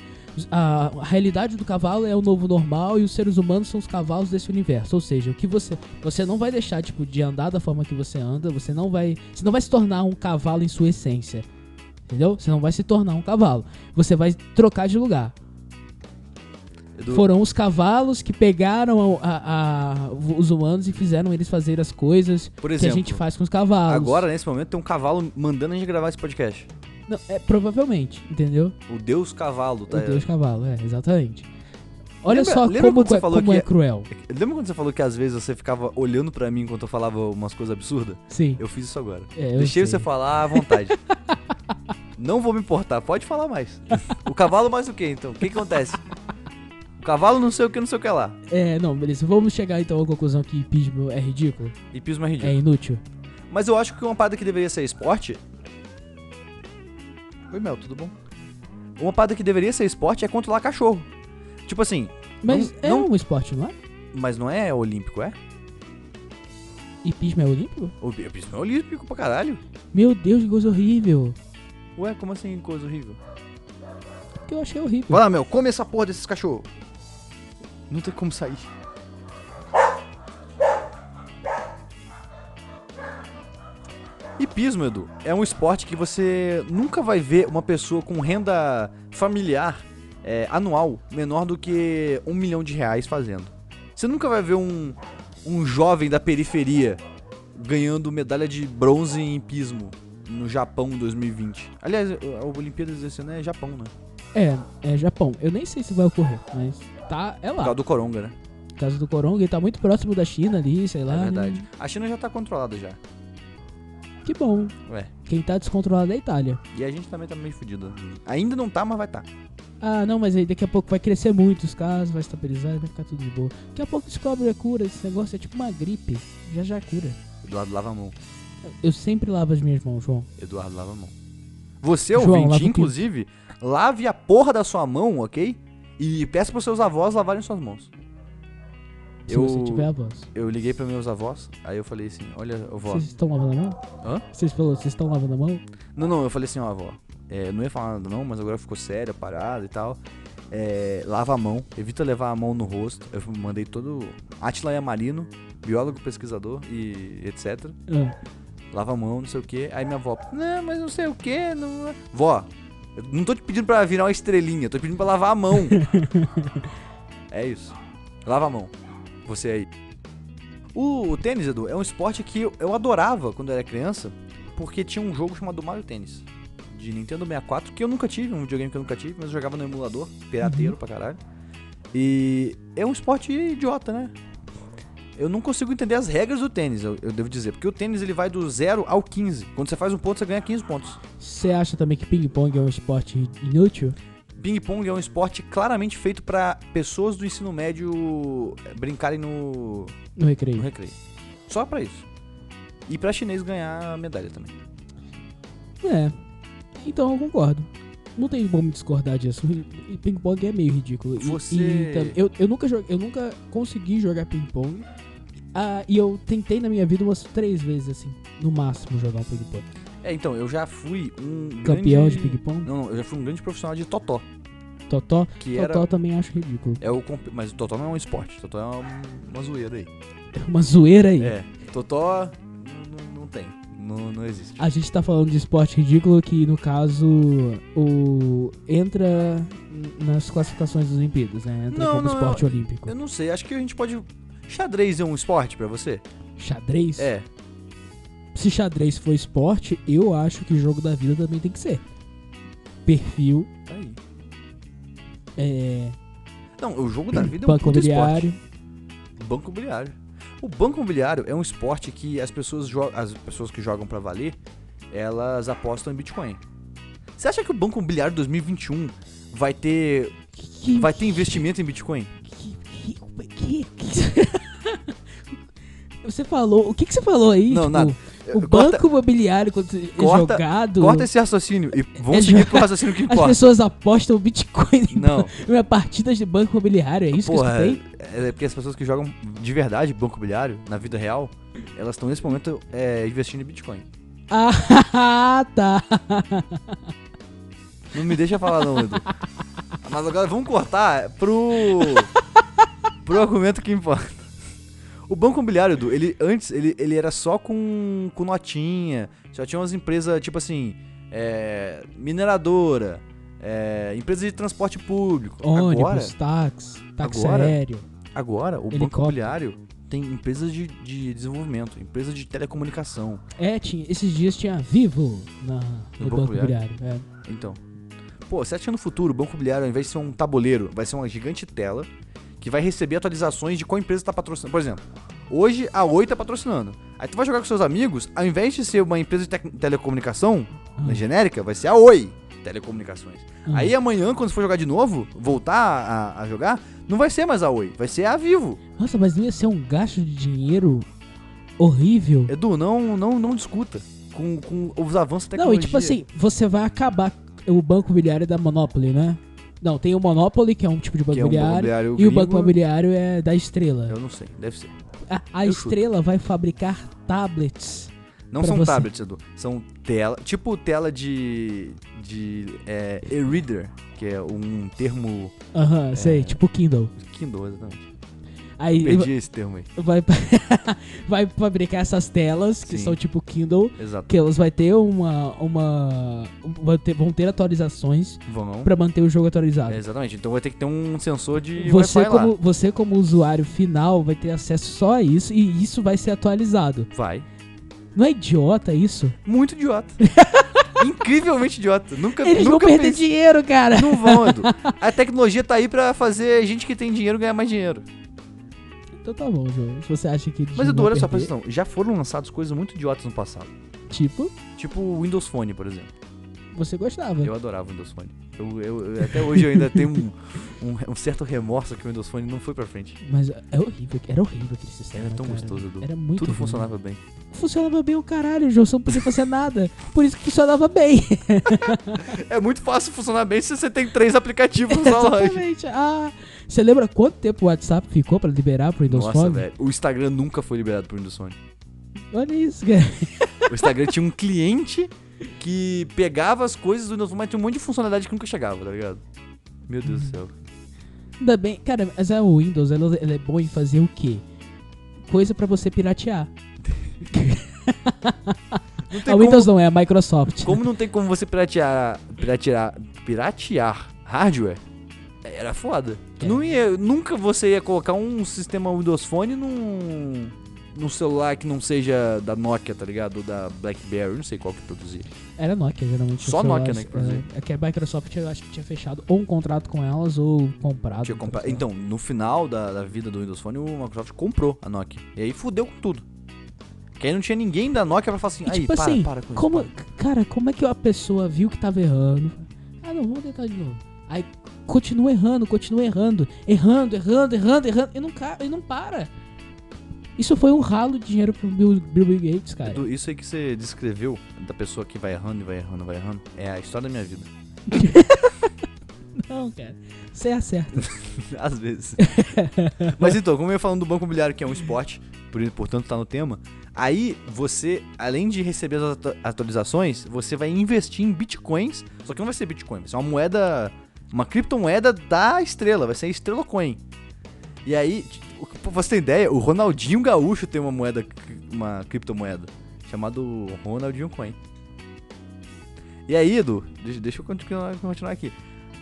[SPEAKER 2] A a realidade do cavalo é o novo normal e os seres humanos são os cavalos desse universo. Ou seja, o que você. Você não vai deixar, tipo, de andar da forma que você anda. Você não vai. Você não vai se tornar um cavalo em sua essência. Entendeu? Você não vai se tornar um cavalo. Você vai trocar de lugar.
[SPEAKER 1] Edu,
[SPEAKER 2] Foram os cavalos que pegaram a- a- os humanos e fizeram eles fazer as coisas
[SPEAKER 1] por
[SPEAKER 2] que a
[SPEAKER 1] exemplo,
[SPEAKER 2] gente faz com os cavalos.
[SPEAKER 1] agora, nesse momento, tem um cavalo mandando a gente gravar esse podcast.
[SPEAKER 2] Não, é, provavelmente, entendeu?
[SPEAKER 1] O Deus Cavalo, tá?
[SPEAKER 2] O Deus cavalo, é, exatamente. Olha
[SPEAKER 1] Lembra-
[SPEAKER 2] só
[SPEAKER 1] lembra
[SPEAKER 2] como,
[SPEAKER 1] quando você
[SPEAKER 2] é-
[SPEAKER 1] falou
[SPEAKER 2] como
[SPEAKER 1] que
[SPEAKER 2] é
[SPEAKER 1] é-
[SPEAKER 2] cruel.
[SPEAKER 1] Lembra quando você falou que às vezes você ficava olhando pra mim enquanto eu falava umas coisas absurdas?
[SPEAKER 2] Sim.
[SPEAKER 1] Eu fiz isso agora.
[SPEAKER 2] é, eu
[SPEAKER 1] Deixei
[SPEAKER 2] sei.
[SPEAKER 1] você falar à vontade. Não vou me importar, pode falar mais. O cavalo mais o quê, então? O que que acontece? O cavalo não sei o que, não sei o que lá.
[SPEAKER 2] É, não, beleza. Vamos chegar então à conclusão que hipismo é ridículo,
[SPEAKER 1] E piso mais
[SPEAKER 2] é
[SPEAKER 1] ridículo.
[SPEAKER 2] inútil.
[SPEAKER 1] Mas eu acho que uma parada que deveria ser esporte. Oi, Mel, tudo bom? Uma parada que deveria ser esporte é controlar cachorro. Tipo assim,
[SPEAKER 2] Mas
[SPEAKER 1] Não-
[SPEAKER 2] é
[SPEAKER 1] não-
[SPEAKER 2] um esporte, não é?
[SPEAKER 1] mas não é olímpico, é?
[SPEAKER 2] Hipismo é olímpico?
[SPEAKER 1] O pismo é olímpico pra caralho.
[SPEAKER 2] Meu Deus, que coisa horrível.
[SPEAKER 1] Ué, como assim coisa horrível?
[SPEAKER 2] Que eu achei horrível.
[SPEAKER 1] Vai lá, Mel, come essa porra desses cachorros. Não tem como sair. Hipismo, Edu, é um esporte que você nunca vai ver uma pessoa com renda familiar é, anual menor do que um milhão de reais fazendo. Você nunca vai ver um, um jovem da periferia ganhando medalha de bronze em hipismo no Japão 2020. Aliás, a Olimpíadas desse ano é Japão, né?
[SPEAKER 2] É, é Japão. Eu nem sei se vai ocorrer, mas tá, é
[SPEAKER 1] Por
[SPEAKER 2] lá.
[SPEAKER 1] causa do Coronga, né?
[SPEAKER 2] Por causa do Coronga, ele tá muito próximo da China ali, sei lá.
[SPEAKER 1] É
[SPEAKER 2] né?
[SPEAKER 1] verdade. A China já tá controlada já.
[SPEAKER 2] Que bom.
[SPEAKER 1] Ué.
[SPEAKER 2] Quem tá descontrolado é a Itália.
[SPEAKER 1] E a gente também tá meio fudido. Ainda não tá, mas vai tá.
[SPEAKER 2] Ah, não, mas aí daqui a pouco vai crescer muito os casos, vai estabilizar, vai ficar tudo de boa. Daqui a pouco descobre a cura, esse negócio é tipo uma gripe. Já já cura.
[SPEAKER 1] Eduardo lava a mão.
[SPEAKER 2] Eu sempre lavo as minhas mãos, João.
[SPEAKER 1] Eduardo lava a mão. Você,
[SPEAKER 2] João, lava o
[SPEAKER 1] ouvinte,
[SPEAKER 2] pinto.
[SPEAKER 1] inclusive, lave a porra da sua mão, ok? E peça pros seus avós lavarem suas mãos.
[SPEAKER 2] Se
[SPEAKER 1] Eu-
[SPEAKER 2] você tiver a voz.
[SPEAKER 1] Eu liguei pra meus avós, aí eu falei assim, olha, avó.
[SPEAKER 2] Vocês estão lavando a mão?
[SPEAKER 1] Hã?
[SPEAKER 2] Vocês falou, vocês estão lavando a mão?
[SPEAKER 1] Não, não, eu falei assim, ó, avó. é, eu não ia falar nada não, mas agora ficou séria, parada e tal. É, lava a mão, evita levar a mão no rosto. Eu mandei todo... Atila Yamarino, biólogo, pesquisador e etc.
[SPEAKER 2] Ah,
[SPEAKER 1] lava a mão, não sei o que. Aí minha avó, não, mas não sei o que, não. Vó, eu não tô te pedindo pra virar uma estrelinha, tô te pedindo pra lavar a mão. é isso. Lava a mão. Você aí. O, o tênis, Edu, é um esporte que eu, eu adorava quando eu era criança, porque tinha um jogo chamado Mario Tênis. De Nintendo 64, que eu nunca tive, um videogame que eu nunca tive, mas eu jogava no emulador, pirateiro pra caralho. E é um esporte idiota, né? Eu não consigo entender as regras do tênis, eu, eu devo dizer. Porque o tênis ele vai do 0 ao 15. Quando você faz um ponto, você ganha 15 pontos.
[SPEAKER 2] Você acha também que ping-pong é um esporte inútil?
[SPEAKER 1] Ping-pong é um esporte claramente feito pra pessoas do ensino médio eh, brincarem no,
[SPEAKER 2] No
[SPEAKER 1] no
[SPEAKER 2] recreio.
[SPEAKER 1] recreio. Só pra isso. E pra chinês ganhar medalha também.
[SPEAKER 2] É. Então eu concordo. Não tem como discordar disso. E Ping-pong é meio ridículo. E-
[SPEAKER 1] Você-
[SPEAKER 2] e tam- eu, eu nunca joguei, eu nunca consegui jogar ping-pong. ah, e eu tentei na minha vida umas três vezes, assim, no máximo, jogar um ping-pong.
[SPEAKER 1] É, então, eu já fui um
[SPEAKER 2] Campeão
[SPEAKER 1] grande...
[SPEAKER 2] de ping-pong,
[SPEAKER 1] Não, não, eu já fui um grande profissional de totó,
[SPEAKER 2] totó.
[SPEAKER 1] que
[SPEAKER 2] Totó
[SPEAKER 1] era...
[SPEAKER 2] também acho ridículo.
[SPEAKER 1] É o, comp- mas o totó não é um esporte, totó é uma, uma zoeira aí.
[SPEAKER 2] É uma zoeira aí.
[SPEAKER 1] É, totó não, não- não tem, não, não existe.
[SPEAKER 2] A gente tá falando de esporte ridículo que, no caso, o entra nas classificações dos Olimpíadas, né? Entra
[SPEAKER 1] Não,
[SPEAKER 2] como
[SPEAKER 1] não,
[SPEAKER 2] esporte olímpico.
[SPEAKER 1] Eu não sei, acho que a gente pode... Xadrez é um esporte pra você?
[SPEAKER 2] Xadrez?
[SPEAKER 1] É.
[SPEAKER 2] Se xadrez for esporte, eu acho que jogo da vida também tem que ser. Perfil,
[SPEAKER 1] tá Aí.
[SPEAKER 2] é,
[SPEAKER 1] Não, o jogo da vida é um
[SPEAKER 2] banco
[SPEAKER 1] puta esporte.
[SPEAKER 2] imobiliário.
[SPEAKER 1] Banco imobiliário. O banco imobiliário é um esporte que as pessoas, jo- as pessoas que jogam pra valer, elas apostam em Bitcoin. Você acha que o Banco Imobiliário 2021 vai ter,
[SPEAKER 2] Que,
[SPEAKER 1] vai ter investimento em Bitcoin?
[SPEAKER 2] que- que- que- que- Você falou. O que, que você falou aí?
[SPEAKER 1] Não,
[SPEAKER 2] tipo,
[SPEAKER 1] nada.
[SPEAKER 2] O
[SPEAKER 1] Corta-
[SPEAKER 2] banco imobiliário quando é
[SPEAKER 1] Corta-
[SPEAKER 2] jogado.
[SPEAKER 1] Corta esse raciocínio e
[SPEAKER 2] É
[SPEAKER 1] vamos seguir
[SPEAKER 2] jogar-
[SPEAKER 1] pro raciocínio que
[SPEAKER 2] as
[SPEAKER 1] importa.
[SPEAKER 2] pessoas apostam Bitcoin em
[SPEAKER 1] Não,
[SPEAKER 2] Minha partidas de banco imobiliário, é isso
[SPEAKER 1] porra,
[SPEAKER 2] que eu escutei?
[SPEAKER 1] é é porque as pessoas que jogam de verdade Banco Imobiliário, na vida real, elas estão nesse momento é, investindo em Bitcoin.
[SPEAKER 2] Ah, tá.
[SPEAKER 1] Não me deixa falar não, Edu. Mas agora vamos cortar pro pro argumento que importa. O banco imobiliário, Edu, ele antes ele, ele era só com, com notinha, só tinha umas empresas tipo assim, é, mineradora, é, empresa de transporte público. Agora,
[SPEAKER 2] Ônibus, táxi, táxi
[SPEAKER 1] agora-
[SPEAKER 2] aéreo.
[SPEAKER 1] agora o banco
[SPEAKER 2] Helicóptero.
[SPEAKER 1] imobiliário tem empresas de, de desenvolvimento, empresas de telecomunicação.
[SPEAKER 2] É, tinha, esses dias tinha Vivo na, no,
[SPEAKER 1] Banco
[SPEAKER 2] banco imobiliário. é.
[SPEAKER 1] Então. Pô, você acha que no futuro o Banco Imobiliário, ao invés de ser um tabuleiro, vai ser uma gigante tela que vai receber atualizações de qual empresa tá patrocinando. Por exemplo, hoje a Oi tá patrocinando. Aí tu vai jogar com seus amigos, ao invés de ser uma empresa de tec- telecomunicação,
[SPEAKER 2] Ah.
[SPEAKER 1] na genérica, vai ser a Oi Telecomunicações.
[SPEAKER 2] Ah.
[SPEAKER 1] Aí amanhã, quando você for jogar de novo, voltar a, a jogar, não vai ser mais a Oi, vai ser a Vivo.
[SPEAKER 2] Nossa, mas não ia ser um gasto de dinheiro horrível?
[SPEAKER 1] Edu, não, não, não discuta com, com os avanços da
[SPEAKER 2] Não,
[SPEAKER 1] tecnologia.
[SPEAKER 2] e tipo assim, você vai acabar o banco imobiliário da Monopoly, né? Não, tem o Monopoly, que é um tipo de banco
[SPEAKER 1] que é um banco
[SPEAKER 2] imobiliário.
[SPEAKER 1] imobiliário
[SPEAKER 2] E o
[SPEAKER 1] gringo,
[SPEAKER 2] banco imobiliário é da estrela.
[SPEAKER 1] Eu não sei, deve ser.
[SPEAKER 2] A, a
[SPEAKER 1] eu chuto.
[SPEAKER 2] estrela vai fabricar tablets.
[SPEAKER 1] Não
[SPEAKER 2] Pra
[SPEAKER 1] são
[SPEAKER 2] você.
[SPEAKER 1] tablets, Edu. São tela. Tipo tela de. de. É, e-reader, que é um termo.
[SPEAKER 2] Aham,
[SPEAKER 1] É.
[SPEAKER 2] sei, tipo Kindle.
[SPEAKER 1] Kindle, exatamente.
[SPEAKER 2] Aí
[SPEAKER 1] Perdi esse termo aí.
[SPEAKER 2] vai, vai fabricar essas telas que
[SPEAKER 1] Sim.
[SPEAKER 2] são tipo Kindle,
[SPEAKER 1] Exato.
[SPEAKER 2] que elas vai ter uma uma vão ter, vão ter atualizações
[SPEAKER 1] Vão.
[SPEAKER 2] pra manter o jogo atualizado.
[SPEAKER 1] É, exatamente. Então vai ter que ter um sensor de
[SPEAKER 2] Você
[SPEAKER 1] Wi-Fi
[SPEAKER 2] como,
[SPEAKER 1] lá.
[SPEAKER 2] você como usuário final vai ter acesso só a isso e isso vai ser atualizado.
[SPEAKER 1] Vai.
[SPEAKER 2] Não é idiota isso?
[SPEAKER 1] Muito idiota. Incrivelmente idiota. Nunca,
[SPEAKER 2] Eles vão
[SPEAKER 1] nunca
[SPEAKER 2] perder
[SPEAKER 1] pensei-
[SPEAKER 2] dinheiro, cara.
[SPEAKER 1] Não vão, Edu. A tecnologia tá aí pra fazer gente que tem dinheiro ganhar mais dinheiro.
[SPEAKER 2] Então tá bom, João. Se você acha que eles
[SPEAKER 1] Mas,
[SPEAKER 2] não
[SPEAKER 1] Edu,
[SPEAKER 2] vão
[SPEAKER 1] olha só,
[SPEAKER 2] perder,
[SPEAKER 1] presta atenção. Já foram lançadas coisas muito idiotas no passado.
[SPEAKER 2] tipo,
[SPEAKER 1] Tipo o Windows Phone, por exemplo.
[SPEAKER 2] você gostava.
[SPEAKER 1] Eu adorava o Windows Phone. Eu, eu- eu- até hoje eu ainda tenho um, um- um certo remorso que o Windows Phone não foi pra frente.
[SPEAKER 2] Mas é horrível, era horrível aquele sistema.
[SPEAKER 1] Era tão
[SPEAKER 2] cara.
[SPEAKER 1] gostoso, Edu.
[SPEAKER 2] Era muito
[SPEAKER 1] Tudo
[SPEAKER 2] ruim.
[SPEAKER 1] funcionava bem.
[SPEAKER 2] funcionava bem o caralho, João. Você não podia fazer nada. Por isso que funcionava bem.
[SPEAKER 1] É muito fácil funcionar bem se você tem três aplicativos só hoje.
[SPEAKER 2] Exatamente. Ah, você lembra quanto tempo o WhatsApp ficou pra liberar pro Windows
[SPEAKER 1] Nossa,
[SPEAKER 2] Phone?
[SPEAKER 1] velho. O Instagram nunca foi liberado pro Windows Phone.
[SPEAKER 2] Olha isso, cara.
[SPEAKER 1] O Instagram tinha um cliente que pegava as coisas do Windows Phone, mas tinha um monte de funcionalidade que nunca chegava, tá ligado? Meu Deus
[SPEAKER 2] Hum.
[SPEAKER 1] do céu.
[SPEAKER 2] Ainda bem. Cara, mas é o Windows, ela, ela é boa em fazer o quê? Coisa pra você piratear.
[SPEAKER 1] Não tem
[SPEAKER 2] A
[SPEAKER 1] como,
[SPEAKER 2] Windows não é, a Microsoft.
[SPEAKER 1] como não tem como você piratear. Piratear. Piratear hardware? Era foda. Tu
[SPEAKER 2] É.
[SPEAKER 1] não ia, nunca você ia colocar um sistema Windows Phone num, num celular que não seja da Nokia, tá ligado? Ou da BlackBerry, não sei qual que produzia.
[SPEAKER 2] Era Nokia, geralmente.
[SPEAKER 1] Só
[SPEAKER 2] os celulares,
[SPEAKER 1] Nokia, né, que produzia.
[SPEAKER 2] É, é que a Microsoft, eu acho que tinha fechado ou um contrato com elas ou comprado.
[SPEAKER 1] Tinha
[SPEAKER 2] um
[SPEAKER 1] compra-
[SPEAKER 2] contrato.
[SPEAKER 1] Então, no final da, da vida do Windows Phone, o Microsoft comprou a Nokia. E aí fudeu com tudo. Que aí não tinha ninguém da Nokia pra falar assim,
[SPEAKER 2] E,
[SPEAKER 1] aí,
[SPEAKER 2] tipo
[SPEAKER 1] para,
[SPEAKER 2] assim,
[SPEAKER 1] para com isso.
[SPEAKER 2] Como,
[SPEAKER 1] para."
[SPEAKER 2] cara, como é que a pessoa viu que tava errando? Ah, não, vamos tentar de novo. Aí continua errando, continua errando, errando, errando, errando, errando, e não, ca- e não para. Isso foi um ralo de dinheiro pro Bill, Bill Gates, cara.
[SPEAKER 1] Edu, Isso aí que você descreveu, da pessoa que vai errando e vai errando e vai errando, é a história da minha vida.
[SPEAKER 2] Não, cara. Você acerta.
[SPEAKER 1] Às vezes. Mas então, como eu ia falando do Banco Imobiliário, que é um esporte, por, portanto tá no tema. Aí você, além de receber as atu- atualizações, você vai investir em bitcoins, só que não vai ser bitcoin, vai ser uma moeda, uma criptomoeda da estrela, vai ser a Estrela Coin. E aí, t- o- pra você ter ideia, o Ronaldinho Gaúcho tem uma moeda, cri- uma criptomoeda, chamado Ronaldinho Coin. E aí, Edu, deixa, deixa eu continuar, continuar aqui.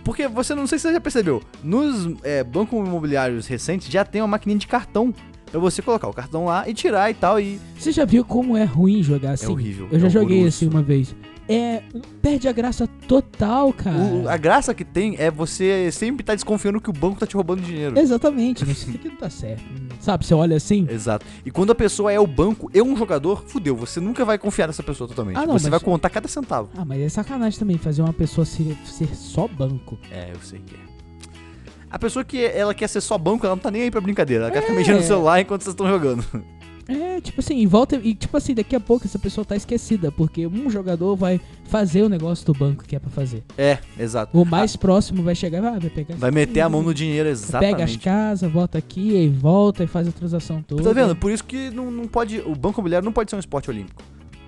[SPEAKER 1] Porque você não sei se você já percebeu, nos é, bancos imobiliários recentes já tem uma maquininha de cartão. Pra você colocar o cartão lá e tirar e tal. E
[SPEAKER 2] Você já viu como é ruim jogar assim?
[SPEAKER 1] horrível,
[SPEAKER 2] Eu já
[SPEAKER 1] é
[SPEAKER 2] joguei
[SPEAKER 1] horroroso.
[SPEAKER 2] assim uma vez. É. Perde a graça total, cara.
[SPEAKER 1] o- a graça que tem é você sempre tá desconfiando que o banco tá te roubando dinheiro.
[SPEAKER 2] Exatamente, mas isso aqui não tá certo. Sabe, você olha assim.
[SPEAKER 1] Exato. E quando a pessoa é o banco e um jogador, fudeu. Você nunca vai confiar nessa pessoa totalmente.
[SPEAKER 2] Ah, não,
[SPEAKER 1] você vai
[SPEAKER 2] mas-
[SPEAKER 1] contar cada centavo.
[SPEAKER 2] Ah, mas é sacanagem também fazer uma pessoa ser, ser só banco.
[SPEAKER 1] É, eu sei que é. A pessoa que é, ela quer ser só banco, ela não tá nem aí pra brincadeira. Ela quer ficar
[SPEAKER 2] É.
[SPEAKER 1] mexendo no celular enquanto vocês estão jogando.
[SPEAKER 2] É, tipo assim, e volta. E tipo assim, daqui a pouco essa pessoa tá esquecida, porque um jogador vai fazer o negócio do banco que é pra fazer.
[SPEAKER 1] É, exato.
[SPEAKER 2] O mais próximo vai chegar e vai, ah, vai pegar.
[SPEAKER 1] Vai
[SPEAKER 2] essa
[SPEAKER 1] meter a mão
[SPEAKER 2] coisa,
[SPEAKER 1] no dinheiro,
[SPEAKER 2] Pega as
[SPEAKER 1] exatamente.
[SPEAKER 2] casas, volta aqui, aí volta e faz a transação toda.
[SPEAKER 1] Tá vendo? Por isso que não, não pode. O banco imobiliário não pode ser um esporte olímpico.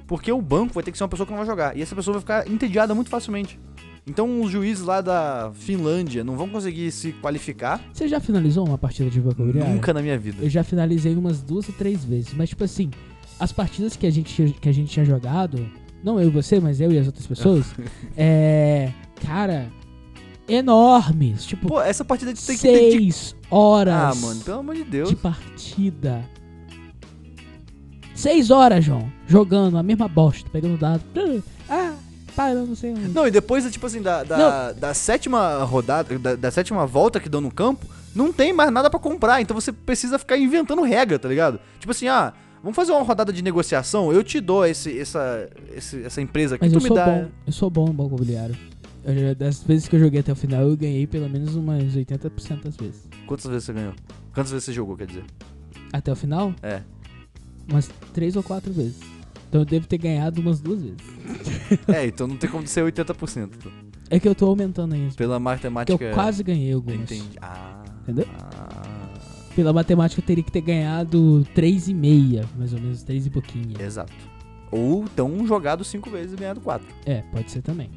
[SPEAKER 1] Porque o banco vai ter que ser uma pessoa que não vai jogar. E essa pessoa vai ficar entediada muito facilmente. Então os juízes lá da Finlândia não vão conseguir se qualificar
[SPEAKER 2] Você já finalizou uma partida de banco imobiliário?
[SPEAKER 1] nunca na minha vida.
[SPEAKER 2] Eu já finalizei umas duas ou três vezes. Mas, tipo assim, as partidas que a gente, que a gente tinha jogado, não eu e você, mas eu e as outras pessoas, é. Cara, enormes. Tipo,
[SPEAKER 1] Pô, essa partida tem que ter. de-
[SPEAKER 2] seis horas
[SPEAKER 1] Ah, mano, pelo amor de Deus.
[SPEAKER 2] de partida. Seis horas, João, jogando a mesma bosta, pegando dado. Ah, parando, não sei onde.
[SPEAKER 1] Não, e depois, é tipo assim, da, da, da sétima rodada, da, da sétima volta que dão no campo, não tem mais nada pra comprar. Então você precisa ficar inventando regra, tá ligado? Tipo assim, ah, vamos fazer uma rodada de negociação, eu te dou esse, essa, esse- essa empresa aqui,
[SPEAKER 2] Mas
[SPEAKER 1] tu
[SPEAKER 2] eu
[SPEAKER 1] me
[SPEAKER 2] sou
[SPEAKER 1] dá.
[SPEAKER 2] bom, eu sou bom no banco imobiliário. Eu já- das vezes que eu joguei até o final, eu ganhei pelo menos umas 80% das vezes.
[SPEAKER 1] Quantas vezes você ganhou? Quantas vezes você jogou, quer dizer?
[SPEAKER 2] Até o final?
[SPEAKER 1] É.
[SPEAKER 2] Umas três ou quatro vezes. Então eu devo ter ganhado umas duas vezes.
[SPEAKER 1] é, então não tem como ser 80%. pô.
[SPEAKER 2] É que eu tô aumentando aí.
[SPEAKER 1] Pela
[SPEAKER 2] Porque eu
[SPEAKER 1] matemática.
[SPEAKER 2] quase ganhei algumas.
[SPEAKER 1] Entendi. Ah.
[SPEAKER 2] Entendeu?
[SPEAKER 1] ah,
[SPEAKER 2] Pela matemática eu teria que ter ganhado três e meia, mais ou menos, três e pouquinho.
[SPEAKER 1] exato. Ou então jogado cinco vezes e ganhado quatro.
[SPEAKER 2] É, pode ser também.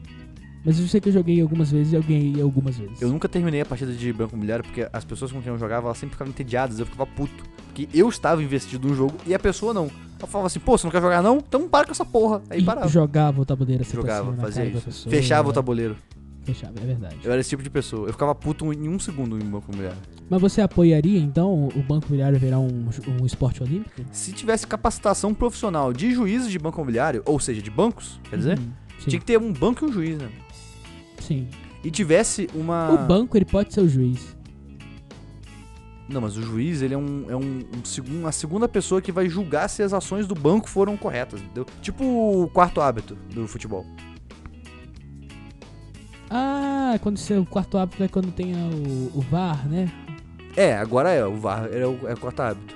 [SPEAKER 2] Mas eu sei que eu joguei algumas vezes e eu ganhei algumas vezes.
[SPEAKER 1] Eu nunca terminei a partida de Banco Imobiliário porque as pessoas com quem eu jogava, elas sempre ficavam entediadas, eu ficava puto. Porque eu estava investido no jogo e a pessoa não. Ela falava assim, pô, você não quer jogar não? Então para com essa porra. Aí
[SPEAKER 2] E
[SPEAKER 1] parava.
[SPEAKER 2] jogava o tabuleiro assim né? pra
[SPEAKER 1] Jogava,
[SPEAKER 2] cima na
[SPEAKER 1] fazia
[SPEAKER 2] cara da
[SPEAKER 1] isso.
[SPEAKER 2] pessoa. É,
[SPEAKER 1] Fechava o tabuleiro.
[SPEAKER 2] Fechava, é verdade.
[SPEAKER 1] Eu era esse tipo de pessoa. Eu ficava puto em um segundo em Banco Imobiliário.
[SPEAKER 2] Mas você apoiaria então o Banco Imobiliário virar um, um esporte olímpico?
[SPEAKER 1] Se tivesse capacitação profissional de juízes de Banco Imobiliário, ou seja, de bancos, quer dizer,
[SPEAKER 2] Uhum,
[SPEAKER 1] tinha
[SPEAKER 2] Sim.
[SPEAKER 1] que ter um banco e um juiz, né?
[SPEAKER 2] sim.
[SPEAKER 1] E tivesse uma...
[SPEAKER 2] O banco ele pode ser o juiz.
[SPEAKER 1] Não, mas o juiz, ele é, um, é um, um segun- uma segunda pessoa que vai julgar se as ações do banco foram corretas, entendeu? Tipo o quarto hábito do futebol.
[SPEAKER 2] Ah, quando você, o quarto árbitro é quando tem a- o, o VAR, né?
[SPEAKER 1] É, agora é, o VAR ele é o, é o quarto hábito.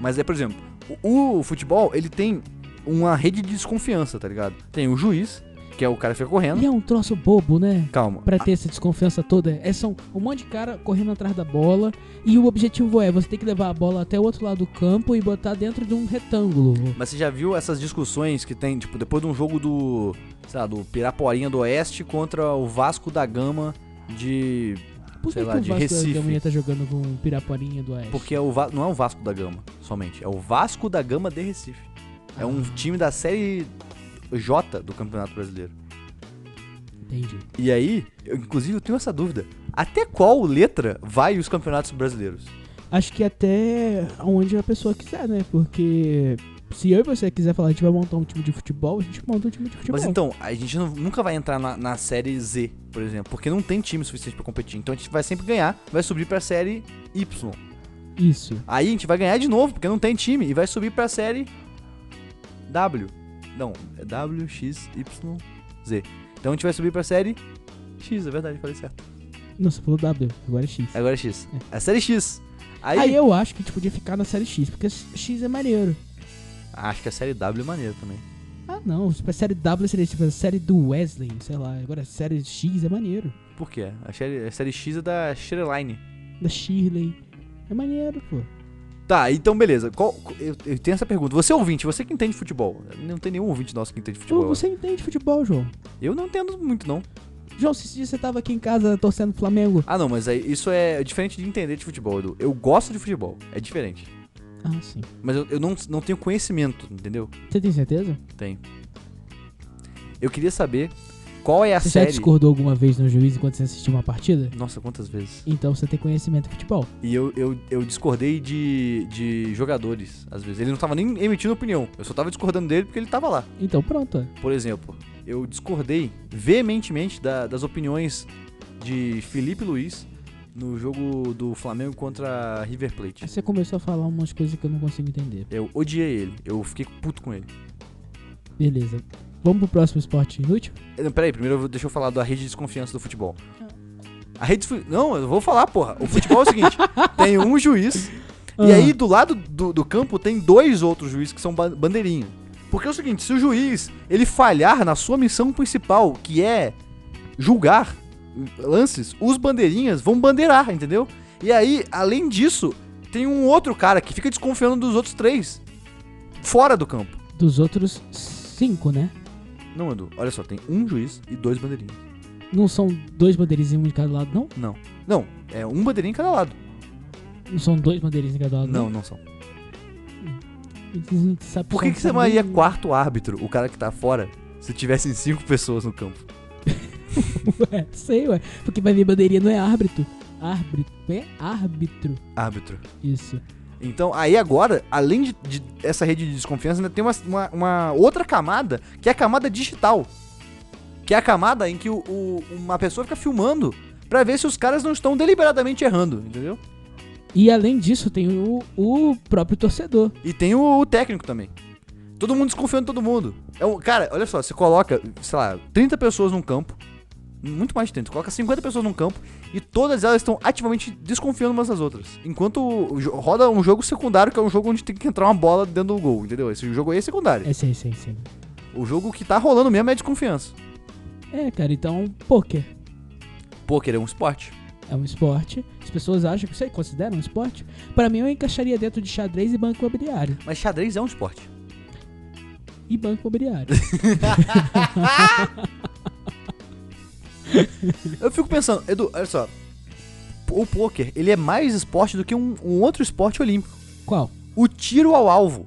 [SPEAKER 1] Mas é, por exemplo, o, o futebol, ele tem uma rede de desconfiança, tá ligado? Tem o juiz, que é o cara que fica correndo.
[SPEAKER 2] E é um troço bobo, né?
[SPEAKER 1] Calma.
[SPEAKER 2] Pra ter essa desconfiança toda. É são um monte de cara correndo atrás da bola. E o objetivo é você tem que levar a bola até o outro lado do campo e botar dentro de um retângulo.
[SPEAKER 1] Mas você já viu essas discussões que tem, tipo, depois de um jogo do, sei lá, do Piraporinha do Oeste contra o Vasco da Gama de...
[SPEAKER 2] Por
[SPEAKER 1] Sei
[SPEAKER 2] que,
[SPEAKER 1] lá,
[SPEAKER 2] que o
[SPEAKER 1] de
[SPEAKER 2] Vasco
[SPEAKER 1] Recife.
[SPEAKER 2] da Gama ia tá jogando com o Piraporinha do Oeste?
[SPEAKER 1] Porque é o Va- não é o Vasco da Gama somente, é o Vasco da Gama de Recife. É um time da série J do Campeonato Brasileiro.
[SPEAKER 2] Entendi.
[SPEAKER 1] E aí, eu, inclusive, eu tenho essa dúvida. Até qual letra vai os campeonatos brasileiros?
[SPEAKER 2] Acho que até onde a pessoa quiser, né? Porque se eu e você quiser falar, a gente vai montar um time de futebol, a gente monta um time de futebol.
[SPEAKER 1] Mas então, a gente não- nunca vai entrar na, na série Z, por exemplo, porque não tem time suficiente pra competir. Então a gente vai sempre ganhar, vai subir pra série Y.
[SPEAKER 2] Isso.
[SPEAKER 1] Aí a gente vai ganhar de novo, porque não tem time, e vai subir pra série W. Não, é W, X, Y, Z. Então a gente vai subir pra série X, é verdade, falei certo.
[SPEAKER 2] Não, você falou W, agora é X.
[SPEAKER 1] Agora é X. É a série X. Aí,
[SPEAKER 2] Aí, eu acho que a gente podia ficar na série X, porque X é maneiro.
[SPEAKER 1] acho que a série W é maneira também.
[SPEAKER 2] Ah não, tipo, a série W seria tipo a série do Wesley, sei lá. Agora a série X é maneiro.
[SPEAKER 1] Por quê? A série, a série X é da Shreline.
[SPEAKER 2] Da Shirley. É maneiro, pô.
[SPEAKER 1] Tá, então beleza. Qual- eu, eu tenho essa pergunta. Você é ouvinte, você que entende futebol. Não tem nenhum ouvinte nosso que entende
[SPEAKER 2] Pô,
[SPEAKER 1] futebol.
[SPEAKER 2] você entende futebol, João.
[SPEAKER 1] Eu não entendo muito, não.
[SPEAKER 2] João, se esse dia você tava aqui em casa torcendo pro Flamengo.
[SPEAKER 1] Ah, não, mas aí, isso é diferente de entender de futebol, Edu. Eu gosto de futebol. É diferente.
[SPEAKER 2] Ah, sim.
[SPEAKER 1] Mas eu, eu não, não tenho conhecimento, entendeu?
[SPEAKER 2] Você tem certeza?
[SPEAKER 1] Tem. Eu queria saber qual é a
[SPEAKER 2] Você já
[SPEAKER 1] série.
[SPEAKER 2] discordou alguma vez no juiz enquanto você assistiu uma partida?
[SPEAKER 1] Nossa, quantas vezes?
[SPEAKER 2] Então você tem conhecimento de futebol.
[SPEAKER 1] E eu, eu, eu discordei de, de jogadores, às vezes. Ele não tava nem emitindo opinião. Eu só tava discordando dele porque ele tava lá.
[SPEAKER 2] Então pronto.
[SPEAKER 1] Por exemplo, eu discordei veementemente da- das opiniões de Felipe Luiz no jogo do Flamengo contra River Plate.
[SPEAKER 2] Você começou a falar umas coisas que eu não consigo entender.
[SPEAKER 1] Eu odiei ele. Eu fiquei puto com ele.
[SPEAKER 2] Beleza. Vamos pro próximo esporte inútil?
[SPEAKER 1] Eh, não, Peraí, primeiro eu vou- deixa eu falar da rede de desconfiança do futebol. A rede. de fu- Não, eu vou falar, porra. O futebol é o seguinte: tem um juiz, e
[SPEAKER 2] Ah.
[SPEAKER 1] aí do lado do, do campo tem dois outros juízes que são ba- bandeirinha. Porque é o seguinte: se o juiz ele falhar na sua missão principal, que é julgar lances, os bandeirinhas vão bandeirar, entendeu? E aí, além disso, tem um outro cara que fica desconfiando dos outros três fora do campo.
[SPEAKER 2] Dos outros cinco, né?
[SPEAKER 1] Não, Edu, olha só, tem um juiz e dois bandeirinhas.
[SPEAKER 2] Não são dois bandeirinhos um de cada lado, não?
[SPEAKER 1] Não. Não, é um bandeirinha em cada lado.
[SPEAKER 2] Não são dois bandeirinhos de cada lado, né?
[SPEAKER 1] Não, não são. né?
[SPEAKER 2] não? Sabe-
[SPEAKER 1] Por que,
[SPEAKER 2] são-
[SPEAKER 1] que você
[SPEAKER 2] são
[SPEAKER 1] Maria
[SPEAKER 2] bem-
[SPEAKER 1] quarto árbitro, o cara que tá fora, se tivessem cinco pessoas no campo?
[SPEAKER 2] Ué, É, sei, ué. Porque vai vir bandeirinha, não é árbitro. Árbitro. É árbitro.
[SPEAKER 1] Árbitro.
[SPEAKER 2] Isso.
[SPEAKER 1] Então, aí agora, além de, de essa rede de desconfiança, ainda tem uma, uma- uma outra camada, que é a camada digital. Que é a camada em que o- o- uma pessoa fica filmando pra ver se os caras não estão deliberadamente errando, entendeu?
[SPEAKER 2] E além disso, tem o, o próprio torcedor.
[SPEAKER 1] E tem o, o técnico também. Todo mundo desconfiando de todo mundo. É um, cara, olha só, você coloca, sei lá, 30 pessoas num campo. Muito mais de 30. Coloca 50 pessoas num campo e todas elas estão ativamente desconfiando umas das outras. Enquanto o jo- roda um jogo secundário, que é um jogo onde tem que entrar uma bola dentro do gol, entendeu? Esse jogo aí é secundário.
[SPEAKER 2] É, sim, sim, sim.
[SPEAKER 1] O jogo que tá rolando mesmo é desconfiança.
[SPEAKER 2] É, cara, então, pôquer
[SPEAKER 1] Pôquer é um esporte.
[SPEAKER 2] é um esporte. As pessoas acham que você considera um esporte. Pra mim, eu encaixaria dentro de xadrez e banco imobiliário.
[SPEAKER 1] Mas xadrez é um esporte.
[SPEAKER 2] E banco imobiliário.
[SPEAKER 1] Eu fico pensando, Edu, olha só. O pôquer, ele é mais esporte do que um- um outro esporte olímpico.
[SPEAKER 2] Qual?
[SPEAKER 1] O tiro ao alvo.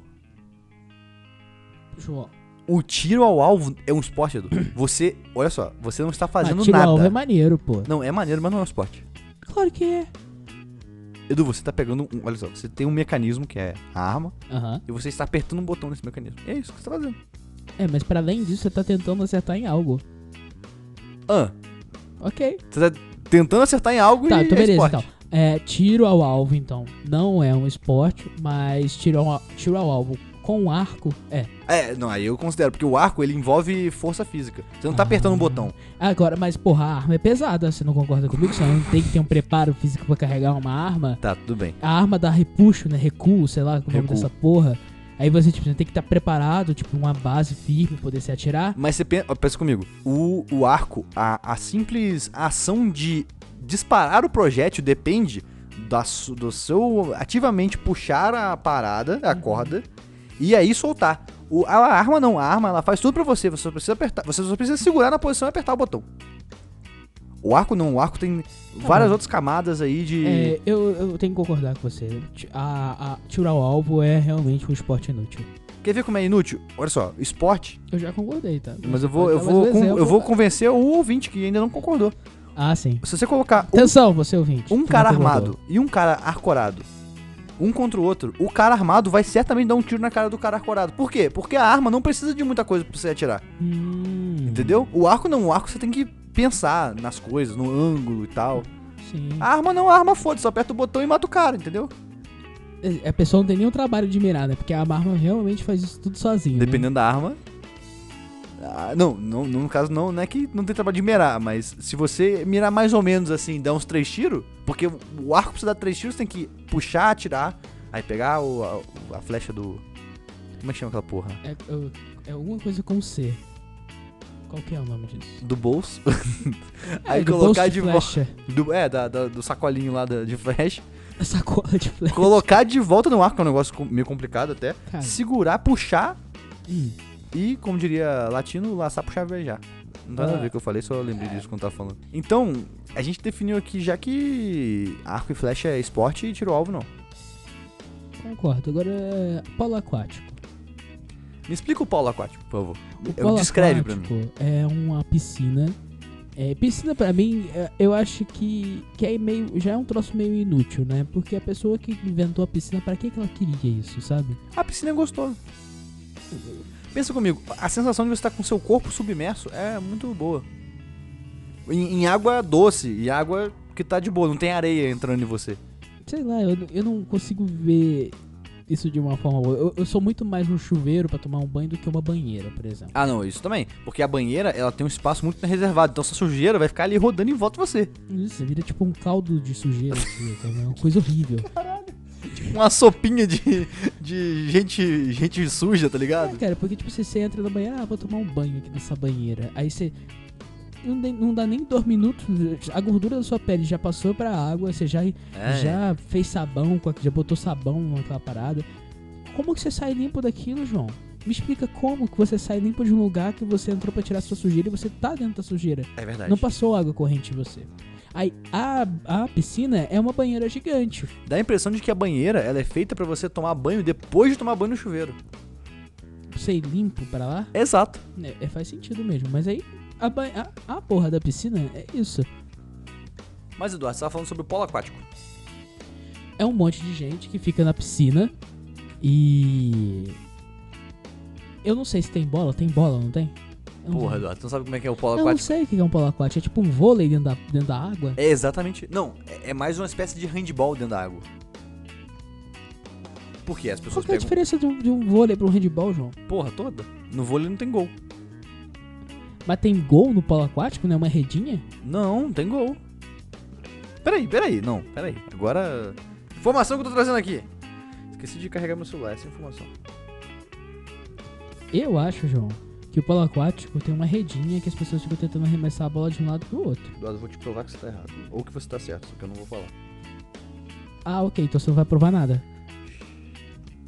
[SPEAKER 2] João.
[SPEAKER 1] O tiro ao alvo é um esporte, Edu. Você, olha só, você não está fazendo
[SPEAKER 2] ah, tiro ao
[SPEAKER 1] nada.
[SPEAKER 2] alvo é maneiro, pô.
[SPEAKER 1] Não, é maneiro, mas não é um esporte.
[SPEAKER 2] Claro que é.
[SPEAKER 1] Edu, você tá pegando um. Olha só, você tem um mecanismo que é a arma,
[SPEAKER 2] Aham.
[SPEAKER 1] e você está apertando um botão nesse mecanismo. É isso que você tá fazendo.
[SPEAKER 2] É, mas pra além disso, você tá tentando acertar em algo.
[SPEAKER 1] Ah,
[SPEAKER 2] Ok.
[SPEAKER 1] você tá tentando acertar em algo
[SPEAKER 2] Tá,
[SPEAKER 1] e
[SPEAKER 2] então
[SPEAKER 1] é
[SPEAKER 2] beleza,
[SPEAKER 1] esporte.
[SPEAKER 2] então. É, tiro ao alvo, então, não é um esporte, mas tiro ao, tiro ao alvo com arco é.
[SPEAKER 1] É, não, aí eu considero, porque o arco ele envolve força física. Você não tá apertando um
[SPEAKER 2] Ah.
[SPEAKER 1] botão.
[SPEAKER 2] Agora, mas porra, a arma é pesada, você não concorda comigo? Você não tem que ter um preparo físico pra carregar uma arma.
[SPEAKER 1] Tá, tudo bem.
[SPEAKER 2] A arma dá repuxo, né? Recuo, sei lá, como é o nome
[SPEAKER 1] Recuo.
[SPEAKER 2] dessa porra. Aí você tipo, tem que estar preparado, tipo, uma base firme pra poder se atirar.
[SPEAKER 1] Mas você pensa, ó, pensa comigo, o, o arco, a, a simples ação de disparar o projétil depende da, su- do seu ativamente puxar a parada,
[SPEAKER 2] Uhum.
[SPEAKER 1] a corda, e aí soltar. O, a arma não, a arma ela faz tudo pra você, você só precisa apertar, você só precisa segurar na posição e apertar o botão. O arco não, o arco tem várias
[SPEAKER 2] Tá bom.
[SPEAKER 1] outras camadas aí de...
[SPEAKER 2] É, eu, eu tenho que concordar com você. Ti- A, a, tirar ao alvo é realmente um esporte inútil.
[SPEAKER 1] Quer ver como é inútil? Olha só, esporte,
[SPEAKER 2] Eu já concordei, tá?
[SPEAKER 1] mas eu vou, eu
[SPEAKER 2] Mas o
[SPEAKER 1] vou, con- eu
[SPEAKER 2] exemplo-
[SPEAKER 1] vou convencer o ouvinte que ainda não concordou.
[SPEAKER 2] Ah, sim.
[SPEAKER 1] Se você colocar o
[SPEAKER 2] Atenção, você ouvinte.
[SPEAKER 1] Um
[SPEAKER 2] Tu
[SPEAKER 1] cara
[SPEAKER 2] não concordou.
[SPEAKER 1] armado e um cara arcorado. Um contra o outro. O cara armado vai certamente dar um tiro na cara do cara arcorado. Por quê? Porque a arma não precisa de muita coisa pra você atirar.
[SPEAKER 2] Hum.
[SPEAKER 1] Entendeu? O arco não. O arco você tem que pensar nas coisas, no ângulo e tal.
[SPEAKER 2] Sim.
[SPEAKER 1] A arma não. A arma foda. Só aperta o botão e mata o cara, entendeu?
[SPEAKER 2] É, A pessoa não tem nenhum trabalho de mirar, né? Porque a arma realmente faz isso tudo sozinha. né?
[SPEAKER 1] Dependendo da arma. Uhum. Ah, não, não, no caso não, não é que não tem trabalho de mirar, mas se você mirar mais ou menos assim, dar uns três tiros, porque o arco precisa dar três tiros, tem que puxar, atirar, aí pegar o, a, a flecha do. Como é que chama aquela porra?
[SPEAKER 2] É, eu- é alguma coisa com C. Qual que é o nome disso?
[SPEAKER 1] Do bolso.
[SPEAKER 2] É,
[SPEAKER 1] aí
[SPEAKER 2] do
[SPEAKER 1] colocar
[SPEAKER 2] bolso
[SPEAKER 1] de volta.
[SPEAKER 2] flecha.
[SPEAKER 1] Do, é, da, da- do sacolinho lá da- de flecha.
[SPEAKER 2] na sacola de flash.
[SPEAKER 1] Colocar de volta no ar, que é um negócio com- meio complicado até.
[SPEAKER 2] Cara.
[SPEAKER 1] Segurar, puxar
[SPEAKER 2] Hum.
[SPEAKER 1] e, como diria latino, laçar, puxar, beijar. Não tem nada a ver o que eu falei, só lembrei disso quando tava falando. Então, a gente definiu aqui, já que arco e flecha é esporte e tiro ao alvo não.
[SPEAKER 2] Concordo. Agora, é polo aquático.
[SPEAKER 1] Me explica o polo aquático, por favor.
[SPEAKER 2] O
[SPEAKER 1] Eu-
[SPEAKER 2] polo
[SPEAKER 1] descreve pra mim.
[SPEAKER 2] aquático é uma piscina. É, piscina pra mim, é, eu acho que, que é meio, já é um troço meio inútil, né? Porque a pessoa que inventou a piscina, pra que que ela queria isso, sabe?
[SPEAKER 1] A piscina é gostosa. Pensa comigo, a sensação de você estar com seu corpo submerso é muito boa. Em, em água doce, e água que tá de boa, não tem areia entrando em você.
[SPEAKER 2] Sei lá, eu, eu não consigo ver isso de uma forma boa. Eu, eu sou muito mais um chuveiro pra tomar um banho do que uma banheira, por exemplo.
[SPEAKER 1] Ah, não, isso também. Porque a banheira, ela tem um espaço muito reservado, então sua sujeira vai ficar ali rodando em volta de você.
[SPEAKER 2] Isso, vira tipo um caldo de sujeira, assim, é uma coisa horrível.
[SPEAKER 1] Uma sopinha de, de gente, gente suja, tá
[SPEAKER 2] É,
[SPEAKER 1] ligado?
[SPEAKER 2] cara, porque tipo, você, você entra na banheira, ah, vou tomar um banho aqui nessa banheira. Aí você. Não, dê- não dá nem dois minutos, a gordura da sua pele já passou pra água, você já,
[SPEAKER 1] É.
[SPEAKER 2] já fez sabão, com aqu- já botou sabão naquela parada. Como que você sai limpo daquilo, João? Me explica como que você sai limpo de um lugar que você entrou pra tirar sua sujeira e você tá dentro da sujeira.
[SPEAKER 1] É verdade.
[SPEAKER 2] Não passou água corrente em você. Aí a, a piscina é uma banheira gigante.
[SPEAKER 1] Dá a impressão de que a banheira, ela é feita pra você tomar banho depois de tomar banho no chuveiro.
[SPEAKER 2] Você ir limpo pra lá?
[SPEAKER 1] Exato.
[SPEAKER 2] É, é, faz sentido mesmo, mas aí a, ba- a, a porra da piscina é isso.
[SPEAKER 1] Mas, Eduardo, você tava falando sobre o polo aquático.
[SPEAKER 2] É um monte de gente que fica na piscina e. Eu não sei se tem bola, tem bola, não tem? Eu não
[SPEAKER 1] Porra,
[SPEAKER 2] sei.
[SPEAKER 1] Eduardo, tu não sabe como é que é o polo
[SPEAKER 2] Eu não
[SPEAKER 1] aquático?
[SPEAKER 2] sei o que é um polo aquático, é tipo um vôlei dentro da, dentro da água.
[SPEAKER 1] É exatamente. Não, é, é mais uma espécie de handball dentro da água. Por quê? As
[SPEAKER 2] Qual
[SPEAKER 1] pessoas
[SPEAKER 2] que é a
[SPEAKER 1] pegam.
[SPEAKER 2] diferença de um, de um vôlei pra um handball, João?
[SPEAKER 1] Porra toda. No vôlei não tem gol.
[SPEAKER 2] Mas tem gol no polo aquático, né? Uma redinha?
[SPEAKER 1] Não, não tem gol. Peraí, peraí. Não, peraí. Agora. Informação que eu tô trazendo aqui. Esqueci de carregar meu celular, essa informação.
[SPEAKER 2] Eu acho, João, que o polo aquático tem uma redinha que as pessoas ficam tentando arremessar a bola de um lado pro outro.
[SPEAKER 1] Eduardo, eu vou te provar que você tá errado. Ou que você tá certo, só que eu não vou falar.
[SPEAKER 2] Ah, ok, então você não vai provar nada.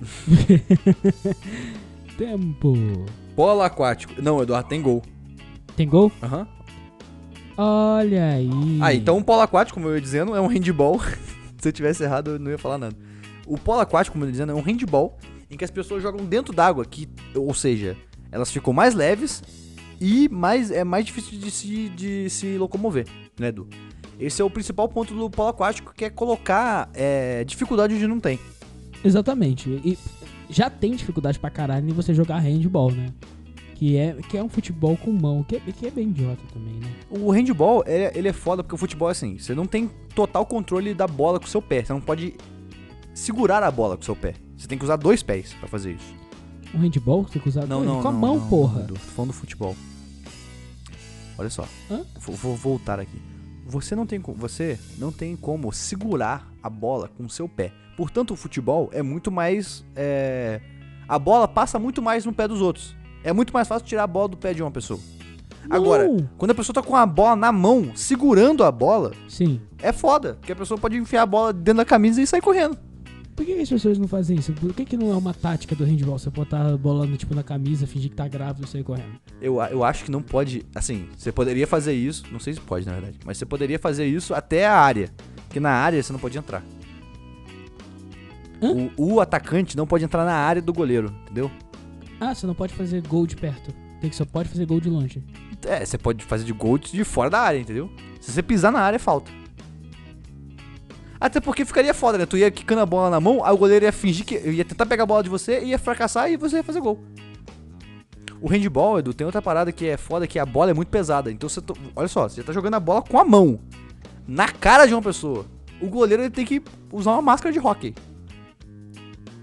[SPEAKER 2] Tempo.
[SPEAKER 1] Polo aquático. Não, Eduardo, tem gol.
[SPEAKER 2] Tem gol?
[SPEAKER 1] Aham.
[SPEAKER 2] Olha aí.
[SPEAKER 1] Ah, então o polo aquático, como eu ia dizendo, é um handball. Se eu tivesse errado, eu não ia falar nada. O polo aquático, como eu ia dizendo, é um handball em que as pessoas jogam dentro d'água, que, ou seja, elas ficam mais leves e mais, é mais difícil de se, de se locomover, né, Edu? Esse é o principal ponto do polo aquático, que é colocar é, dificuldade onde não tem.
[SPEAKER 2] Exatamente. E já tem dificuldade pra caralho em você jogar handball, né? Que é, que é um futebol com mão, que é, que é bem idiota também, né?
[SPEAKER 1] O handball, é, ele é foda porque o futebol é assim, você não tem total controle da bola com o seu pé, você não pode segurar a bola com o seu pé. Você tem que usar dois pés pra fazer isso.
[SPEAKER 2] Um handball que você usa
[SPEAKER 1] Não, não,
[SPEAKER 2] com a
[SPEAKER 1] não,
[SPEAKER 2] mão,
[SPEAKER 1] não,
[SPEAKER 2] porra.
[SPEAKER 1] Edu, tô falando do futebol. Olha só.
[SPEAKER 2] Hã?
[SPEAKER 1] Vou, vou voltar aqui. Você não tem como, você não tem como segurar a bola com o seu pé. Portanto, o futebol é muito mais é, a bola passa muito mais no pé dos outros. É muito mais fácil tirar a bola do pé de uma pessoa. Agora,
[SPEAKER 2] Não!
[SPEAKER 1] quando a pessoa tá com a bola na mão, segurando a bola,
[SPEAKER 2] Sim.
[SPEAKER 1] é foda, porque a pessoa pode enfiar a bola dentro da camisa e sair correndo.
[SPEAKER 2] Por que que as pessoas não fazem isso? Por que, que não é uma tática do handball? Você botar a bola no, tipo, na camisa, fingir que tá grávido e sair correndo.
[SPEAKER 1] Eu, a- eu acho que não pode. Assim, você poderia fazer isso. Não sei se pode, na verdade. Mas você poderia fazer isso até a área. Porque na área você não pode entrar.
[SPEAKER 2] Hã?
[SPEAKER 1] O, o atacante não pode entrar na área do goleiro, entendeu?
[SPEAKER 2] Ah, você não pode fazer gol de perto. Tem que só pode fazer gol de longe.
[SPEAKER 1] É, você pode fazer de gol de fora da área, entendeu? Se você pisar na área, é falta. Até porque ficaria foda, né? Tu ia quicando a bola na mão, aí o goleiro ia fingir que. ia tentar pegar a bola de você, ia fracassar e você ia fazer gol. O handball, Edu, tem outra parada que é foda, que a bola é muito pesada. Então você. to- Olha só, você tá jogando a bola com a mão. Na cara de uma pessoa. O goleiro ele tem que usar uma máscara de hockey.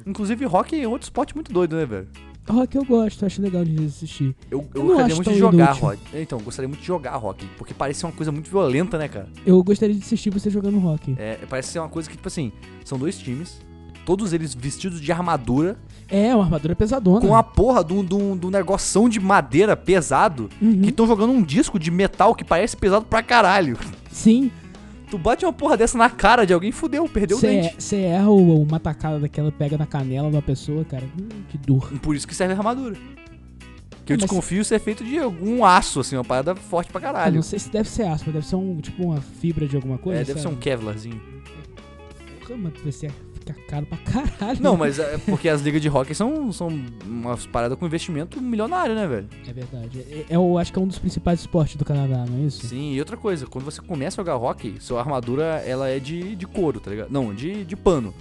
[SPEAKER 1] Inclusive, hockey é outro esporte muito doido, né, velho?
[SPEAKER 2] Ah, que eu gosto, acho legal de assistir.
[SPEAKER 1] Eu, eu
[SPEAKER 2] Eu não
[SPEAKER 1] gostaria
[SPEAKER 2] acho
[SPEAKER 1] muito
[SPEAKER 2] tão
[SPEAKER 1] de jogar
[SPEAKER 2] inútil.
[SPEAKER 1] rock. Então, eu gostaria muito de jogar rock, porque parece ser uma coisa muito violenta, né, cara?
[SPEAKER 2] Eu gostaria de assistir você jogando rock.
[SPEAKER 1] É, parece ser uma coisa que, tipo assim, são dois times, todos eles vestidos de armadura,
[SPEAKER 2] É, uma armadura pesadona.
[SPEAKER 1] com a porra de um, de um- de um negoção de madeira pesado,
[SPEAKER 2] Uhum.
[SPEAKER 1] que estão jogando um disco de metal que parece pesado pra caralho.
[SPEAKER 2] Sim.
[SPEAKER 1] Tu bate uma porra dessa na cara de alguém, fudeu, perdeu o dente.
[SPEAKER 2] Você erra é o- uma tacada daquela, pega na canela de uma pessoa, cara. Hum, que dor.
[SPEAKER 1] Por isso que serve a armadura. Que eu
[SPEAKER 2] Mas-
[SPEAKER 1] desconfio ser feito de algum aço, assim, uma parada forte pra
[SPEAKER 2] Eu
[SPEAKER 1] caralho.
[SPEAKER 2] Ah, não sei se deve ser aspa, deve ser um, tipo uma fibra de alguma coisa.
[SPEAKER 1] É, deve ser um
[SPEAKER 2] sabe?
[SPEAKER 1] Kevlarzinho.
[SPEAKER 2] Porra, mano, vai ser- ficar caro pra caralho.
[SPEAKER 1] Não, mas é porque as ligas de hockey são, são umas paradas com investimento milionário, né, velho?
[SPEAKER 2] É verdade. É- é- eu acho que é um dos principais esportes do Canadá, não é isso?
[SPEAKER 1] Sim, e outra coisa, quando você começa a jogar hockey, sua armadura ela é de, de couro, tá ligado? Não, de, de pano.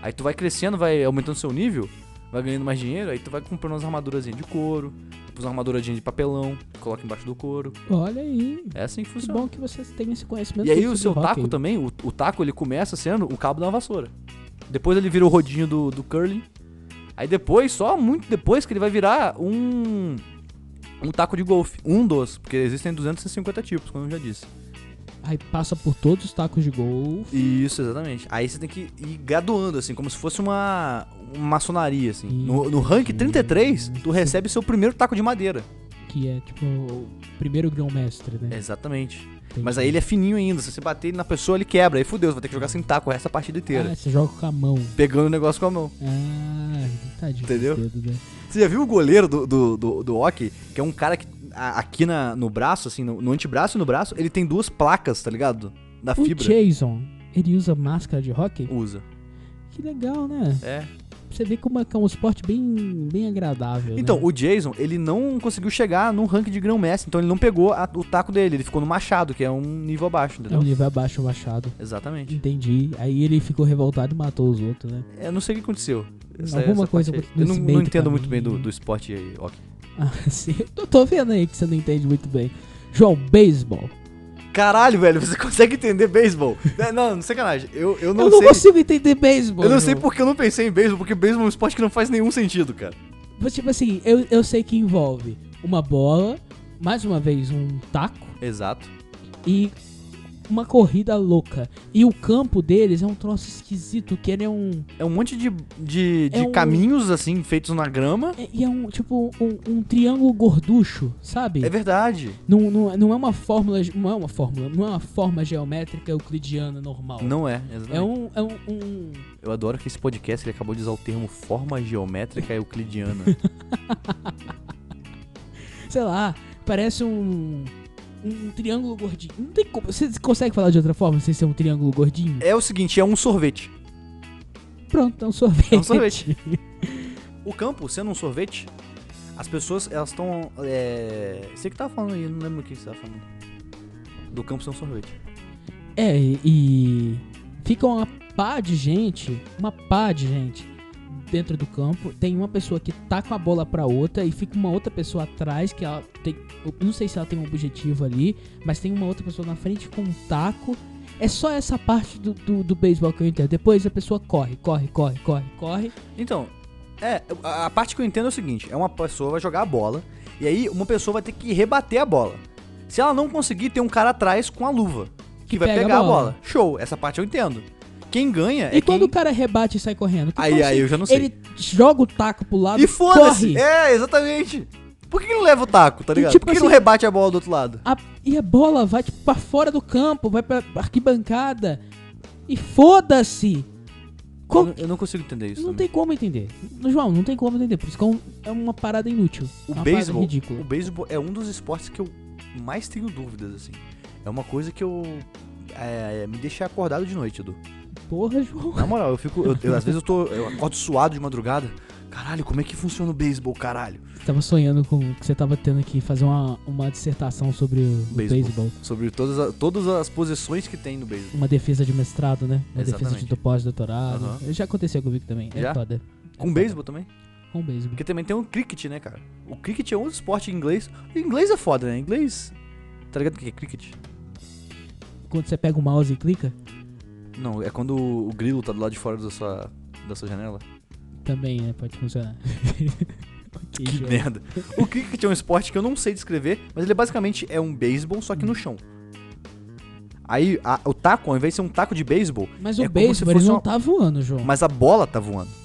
[SPEAKER 1] Aí tu vai crescendo, vai aumentando seu nível, vai ganhando mais dinheiro, aí tu vai comprando umas armadurazinhas de couro, umas armadurazinhas de papelão, coloca embaixo do couro.
[SPEAKER 2] Olha aí.
[SPEAKER 1] É assim que
[SPEAKER 2] Que
[SPEAKER 1] funciona.
[SPEAKER 2] bom que vocês têm esse conhecimento.
[SPEAKER 1] E aí
[SPEAKER 2] todo
[SPEAKER 1] o seu
[SPEAKER 2] sobre
[SPEAKER 1] taco
[SPEAKER 2] hockey.
[SPEAKER 1] também, o, o taco ele começa sendo o cabo da vassoura. Depois ele vira o rodinho do, do curling. Aí depois, só muito depois, que ele vai virar um. Um taco de golfe. Um dos, porque existem 250 tipos, como eu já disse.
[SPEAKER 2] Aí passa por todos os tacos de gol.
[SPEAKER 1] Isso, exatamente. Aí você tem que ir graduando, assim, como se fosse uma, uma maçonaria, assim. No, no rank 33, tu recebe seu primeiro taco de madeira.
[SPEAKER 2] Que é tipo o primeiro grão-mestre, né?
[SPEAKER 1] Exatamente. Mas aí ele é fininho ainda. Se você bater ele na pessoa, ele quebra. Aí fudeu, você vai ter que jogar sem taco essa partida inteira.
[SPEAKER 2] Ah, você joga com a mão.
[SPEAKER 1] Pegando o negócio com a mão.
[SPEAKER 2] Ah, tadinho.
[SPEAKER 1] Entendeu?
[SPEAKER 2] esse dedo, né?
[SPEAKER 1] Você já viu o goleiro do, do, do, do hockey, que é um cara que a- aqui na, no braço, assim, no, no antebraço e no braço, ele tem duas placas, tá ligado? Da
[SPEAKER 2] O
[SPEAKER 1] fibra.
[SPEAKER 2] Jason, ele usa máscara de hockey?
[SPEAKER 1] Usa.
[SPEAKER 2] Que legal, né?
[SPEAKER 1] É.
[SPEAKER 2] Você vê como é que é um esporte bem, bem agradável.
[SPEAKER 1] Então,
[SPEAKER 2] né?
[SPEAKER 1] o Jason, ele não conseguiu chegar no ranking de grão-mestre, então ele não pegou a- o taco dele, ele ficou no machado, que é um nível abaixo,
[SPEAKER 2] é
[SPEAKER 1] entendeu?
[SPEAKER 2] um nível abaixo o machado.
[SPEAKER 1] Exatamente.
[SPEAKER 2] Entendi. Aí ele ficou revoltado e matou os outros, né?
[SPEAKER 1] Eu não sei o que aconteceu.
[SPEAKER 2] Alguma coisa
[SPEAKER 1] parte aí.
[SPEAKER 2] aconteceu
[SPEAKER 1] Eu não,
[SPEAKER 2] nesse
[SPEAKER 1] não
[SPEAKER 2] meio do
[SPEAKER 1] entendo muito bem
[SPEAKER 2] caminho.
[SPEAKER 1] do, do esporte aí, ok.
[SPEAKER 2] Ah, sim. Eu tô vendo aí que você não entende muito bem. João, beisebol.
[SPEAKER 1] Caralho, velho, você consegue entender beisebol? É, não, não sacanagem. Eu, eu
[SPEAKER 2] Eu
[SPEAKER 1] não
[SPEAKER 2] não,
[SPEAKER 1] sei.
[SPEAKER 2] consigo entender beisebol.
[SPEAKER 1] eu não sei
[SPEAKER 2] João.
[SPEAKER 1] porque eu não pensei em beisebol, porque beisebol é um esporte que não faz nenhum sentido, cara.
[SPEAKER 2] Mas, Tipo assim, eu, eu sei que envolve uma bola, mais uma vez um taco
[SPEAKER 1] Exato.
[SPEAKER 2] e uma corrida louca. E o campo deles é um troço esquisito, que ele é um.
[SPEAKER 1] É um monte de, de, de
[SPEAKER 2] É um-
[SPEAKER 1] caminhos, assim, feitos na grama.
[SPEAKER 2] é- E é um tipo um, um triângulo gorducho, sabe?
[SPEAKER 1] É verdade.
[SPEAKER 2] Não, não, não é uma fórmula. Não é uma fórmula, não é uma forma geométrica euclidiana normal.
[SPEAKER 1] Não é, exatamente.
[SPEAKER 2] É um. É um, um-
[SPEAKER 1] Eu adoro que esse podcast ele acabou de usar o termo forma geométrica euclidiana.
[SPEAKER 2] sei lá, parece um. Um triângulo gordinho. Não tem como. Você consegue falar de outra forma sem ser um triângulo gordinho?
[SPEAKER 1] é o seguinte, é um sorvete.
[SPEAKER 2] Pronto, é um sorvete.
[SPEAKER 1] É um sorvete. O campo, sendo um sorvete, as pessoas, elas estão... É... Sei que tava falando aí, eu não lembro o que você tava falando. Do campo ser um sorvete.
[SPEAKER 2] É, e. Fica uma pá de gente, uma pá de gente dentro do campo. Tem uma pessoa que taca a bola pra outra e fica uma outra pessoa atrás que ela tem. Eu não sei se ela tem um objetivo ali, mas tem uma outra pessoa na frente com um taco. É só essa parte do, do, do beisebol que eu entendo. Depois a pessoa corre, corre, corre, corre, corre.
[SPEAKER 1] Então, é, a, a parte que eu entendo é o seguinte, é uma pessoa vai jogar a bola, e aí uma pessoa vai ter que rebater a bola. Se ela não conseguir, tem um cara atrás com a luva, que, vai
[SPEAKER 2] pega a
[SPEAKER 1] pegar a bola.
[SPEAKER 2] bola.
[SPEAKER 1] Show, essa parte eu entendo. Quem ganha é
[SPEAKER 2] E quando
[SPEAKER 1] quem...
[SPEAKER 2] o cara rebate e sai correndo? que
[SPEAKER 1] Aí-
[SPEAKER 2] como
[SPEAKER 1] aí
[SPEAKER 2] se
[SPEAKER 1] eu já não sei.
[SPEAKER 2] Ele joga o taco pro lado
[SPEAKER 1] E foda-se!
[SPEAKER 2] corre.
[SPEAKER 1] É, exatamente! Por que que não leva o taco, tá
[SPEAKER 2] E
[SPEAKER 1] ligado?
[SPEAKER 2] tipo
[SPEAKER 1] Por que que não
[SPEAKER 2] assim-
[SPEAKER 1] rebate a bola do outro lado?
[SPEAKER 2] A- e a bola vai tipo, pra fora do campo, vai pra arquibancada. E foda-se! Co-
[SPEAKER 1] Eu, não- eu não consigo entender isso.
[SPEAKER 2] não
[SPEAKER 1] também.
[SPEAKER 2] tem como entender. No- João, não tem como entender. Por isso que é, um- é uma parada inútil. é
[SPEAKER 1] O
[SPEAKER 2] uma
[SPEAKER 1] beisebol,
[SPEAKER 2] parada ridícula.
[SPEAKER 1] o beisebol é um dos esportes que eu mais tenho dúvidas, assim. É uma coisa que eu... é, me deixa acordado de noite, Edu.
[SPEAKER 2] Porra, João.
[SPEAKER 1] Na moral, eu fico... eu- eu- às vezes eu tô... Eu acordo suado de madrugada. Caralho, como é que funciona o beisebol, caralho?
[SPEAKER 2] Você tava sonhando com que você tava tendo que fazer uma, uma dissertação sobre o o
[SPEAKER 1] Beisebol.
[SPEAKER 2] beisebol.
[SPEAKER 1] Sobre todas, a- todas as posições que tem no beisebol.
[SPEAKER 2] Uma defesa de mestrado, né? Uma defesa
[SPEAKER 1] Exatamente.
[SPEAKER 2] de do pós-doutorado.
[SPEAKER 1] Aham.
[SPEAKER 2] Já aconteceu comigo também.
[SPEAKER 1] Já?
[SPEAKER 2] É foda. É
[SPEAKER 1] Com
[SPEAKER 2] foda.
[SPEAKER 1] beisebol também?
[SPEAKER 2] Com beisebol.
[SPEAKER 1] Porque também tem o cricket, né, cara? O cricket é um esporte em inglês. O inglês é foda, né? Inglês... Tá ligado o que é cricket?
[SPEAKER 2] Quando você pega o mouse e clica,
[SPEAKER 1] Não, é quando o grilo tá do lado de fora da sua, da sua janela.
[SPEAKER 2] também né, pode funcionar. Ok,
[SPEAKER 1] Que
[SPEAKER 2] João.
[SPEAKER 1] merda. O cricket é um esporte que eu não sei descrever, mas ele basicamente é um beisebol, só que no chão. Aí a- o taco, ao invés de ser um taco de beisebol,
[SPEAKER 2] Mas
[SPEAKER 1] É
[SPEAKER 2] o
[SPEAKER 1] como se
[SPEAKER 2] beisebol ele
[SPEAKER 1] fosse
[SPEAKER 2] não
[SPEAKER 1] uma-
[SPEAKER 2] tá voando, João.
[SPEAKER 1] mas a bola tá voando.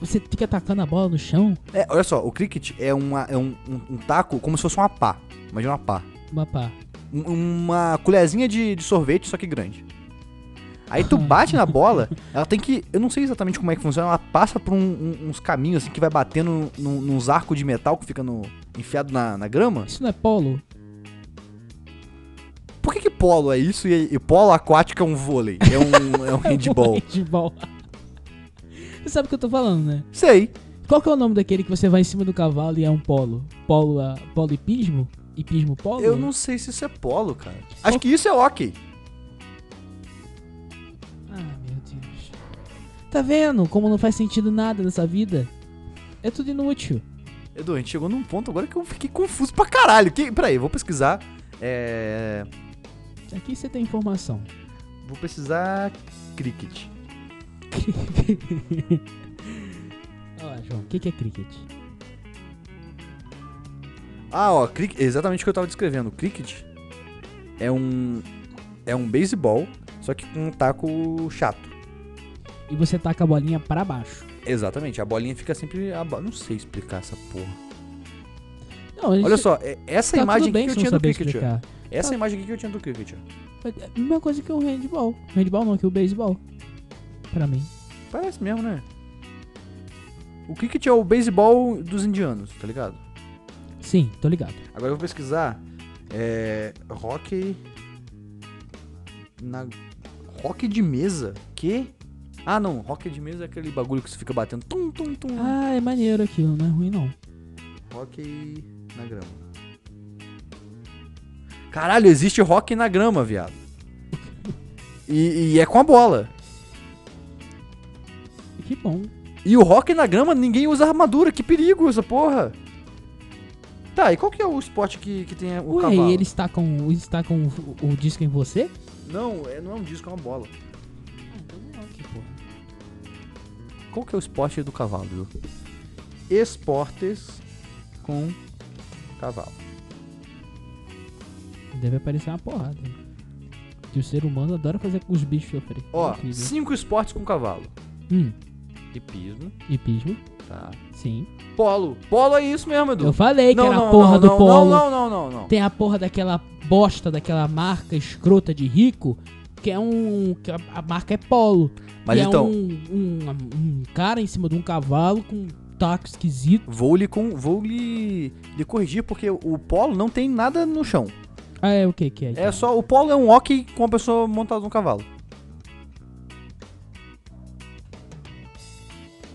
[SPEAKER 2] Você fica atacando a bola no chão,
[SPEAKER 1] É, olha só, o cricket é, uma, é um, um- um taco como se fosse uma pá. Imagina uma pá.
[SPEAKER 2] uma pá.
[SPEAKER 1] um- uma colherzinha de, de sorvete, só que grande. Aí tu bate na bola, ela tem que. Eu não sei exatamente como é que funciona, ela passa por um- um- uns caminhos assim que vai batendo num- nos arcos de metal que fica no, enfiado na, na grama.
[SPEAKER 2] Isso não é polo?
[SPEAKER 1] Por que, que polo é isso e, e polo aquático é um vôlei? É um, é um handball?
[SPEAKER 2] Handball. Você sabe o que eu tô falando, né?
[SPEAKER 1] Sei.
[SPEAKER 2] Qual que é o nome daquele que você vai em cima do cavalo e é um polo? Polo, ah, polo hipismo? Hipismo polo?
[SPEAKER 1] Eu não sei se isso é polo, cara. Acho que isso é ok.
[SPEAKER 2] Ah, meu Deus. Tá vendo como não faz sentido nada nessa vida? É tudo inútil.
[SPEAKER 1] Edu, a gente chegou num ponto agora que eu fiquei confuso pra caralho. Que, peraí, eu vou pesquisar. É.
[SPEAKER 2] Aqui você tem informação.
[SPEAKER 1] Vou pesquisar cricket.
[SPEAKER 2] Olha lá, João, o que, que é cricket?
[SPEAKER 1] Ah, ó, cric- exatamente o que eu tava descrevendo. Cricket é um. É um beisebol, só que com um taco chato.
[SPEAKER 2] E você taca a bolinha pra baixo.
[SPEAKER 1] Exatamente, a bolinha fica sempre. aba- Não sei explicar essa porra.
[SPEAKER 2] Não, a gente-
[SPEAKER 1] Olha só, é- essa
[SPEAKER 2] tá
[SPEAKER 1] imagem
[SPEAKER 2] tudo bem
[SPEAKER 1] aqui que eu
[SPEAKER 2] se
[SPEAKER 1] tinha
[SPEAKER 2] não
[SPEAKER 1] do
[SPEAKER 2] saber
[SPEAKER 1] cricket. ó.
[SPEAKER 2] explicar.
[SPEAKER 1] Essa
[SPEAKER 2] Tá.
[SPEAKER 1] imagem aqui que eu tinha do cricket. ó.
[SPEAKER 2] Mas é a Mesma coisa que o handball. Handball não, que o beisebol. Pra mim.
[SPEAKER 1] Parece mesmo, né? O cricket é o beisebol dos indianos, tá ligado?
[SPEAKER 2] Sim, tô ligado.
[SPEAKER 1] Agora eu vou pesquisar. É. Hockey. Na. Hockey de mesa? Que? Ah, não. Hockey de mesa é aquele bagulho que você fica batendo. Tum, tum, tum.
[SPEAKER 2] Ah, é maneiro aquilo, não é ruim não.
[SPEAKER 1] Hockey na grama. Caralho, existe hockey na grama, viado. E, e é com a bola.
[SPEAKER 2] Que bom.
[SPEAKER 1] E o hockey na grama, ninguém usa armadura. Que perigo essa porra. Tá, e qual que é o esporte que, que tem o
[SPEAKER 2] Ué,
[SPEAKER 1] cavalo?
[SPEAKER 2] e eles tacam, eles tacam o, o disco em você?
[SPEAKER 1] Não, é, não é um disco, é uma bola.
[SPEAKER 2] Ah, então não, que porra.
[SPEAKER 1] Qual que é o esporte do cavalo? Viu? Esportes com cavalo.
[SPEAKER 2] Deve aparecer uma porrada. Que o ser humano adora fazer com os bichos sofrer.
[SPEAKER 1] Ó,
[SPEAKER 2] Incrível.
[SPEAKER 1] cinco esportes com cavalo.
[SPEAKER 2] Hum,
[SPEAKER 1] Hipismo,
[SPEAKER 2] hipismo,
[SPEAKER 1] tá.
[SPEAKER 2] sim.
[SPEAKER 1] Polo. Polo é isso mesmo, Edu.
[SPEAKER 2] Eu falei que
[SPEAKER 1] não,
[SPEAKER 2] era
[SPEAKER 1] não,
[SPEAKER 2] a porra
[SPEAKER 1] não,
[SPEAKER 2] do
[SPEAKER 1] não,
[SPEAKER 2] polo.
[SPEAKER 1] Não, não, não, não, não.
[SPEAKER 2] Tem a porra daquela bosta, daquela marca escrota de rico, que é um. que a, a marca é polo.
[SPEAKER 1] Mas
[SPEAKER 2] E
[SPEAKER 1] então,
[SPEAKER 2] É um, um- um cara em cima de um cavalo com um taco esquisito.
[SPEAKER 1] vou lhe com, vou lhe, lhe corrigir porque o polo não tem nada no chão.
[SPEAKER 2] Ah, é o que que é?
[SPEAKER 1] É só o polo é um hockey com a pessoa montada num cavalo.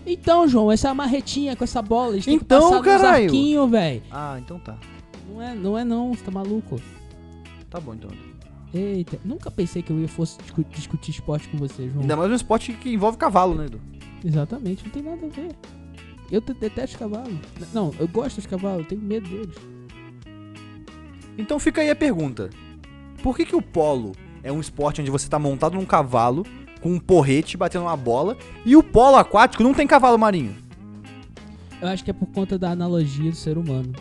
[SPEAKER 2] Então, João, essa marretinha com essa bola, eles têm
[SPEAKER 1] Então,
[SPEAKER 2] que passar
[SPEAKER 1] caralho.
[SPEAKER 2] nos arquinhos, velho.
[SPEAKER 1] Ah, então tá.
[SPEAKER 2] Não é, não é não, você tá maluco.
[SPEAKER 1] Tá bom então.
[SPEAKER 2] Eita, nunca pensei que eu ia fosse discu- discutir esporte com você, João.
[SPEAKER 1] Ainda mais um esporte que envolve cavalo, né, Edu?
[SPEAKER 2] Exatamente, não tem nada a ver. Eu te- detesto cavalo. N- Não, eu gosto de cavalo, eu tenho medo deles.
[SPEAKER 1] Então fica aí a pergunta. Por que, que o polo é um esporte onde você tá montado num cavalo com um porrete batendo uma bola e o polo aquático não tem cavalo marinho?
[SPEAKER 2] Eu acho que é por conta da analogia do ser humano.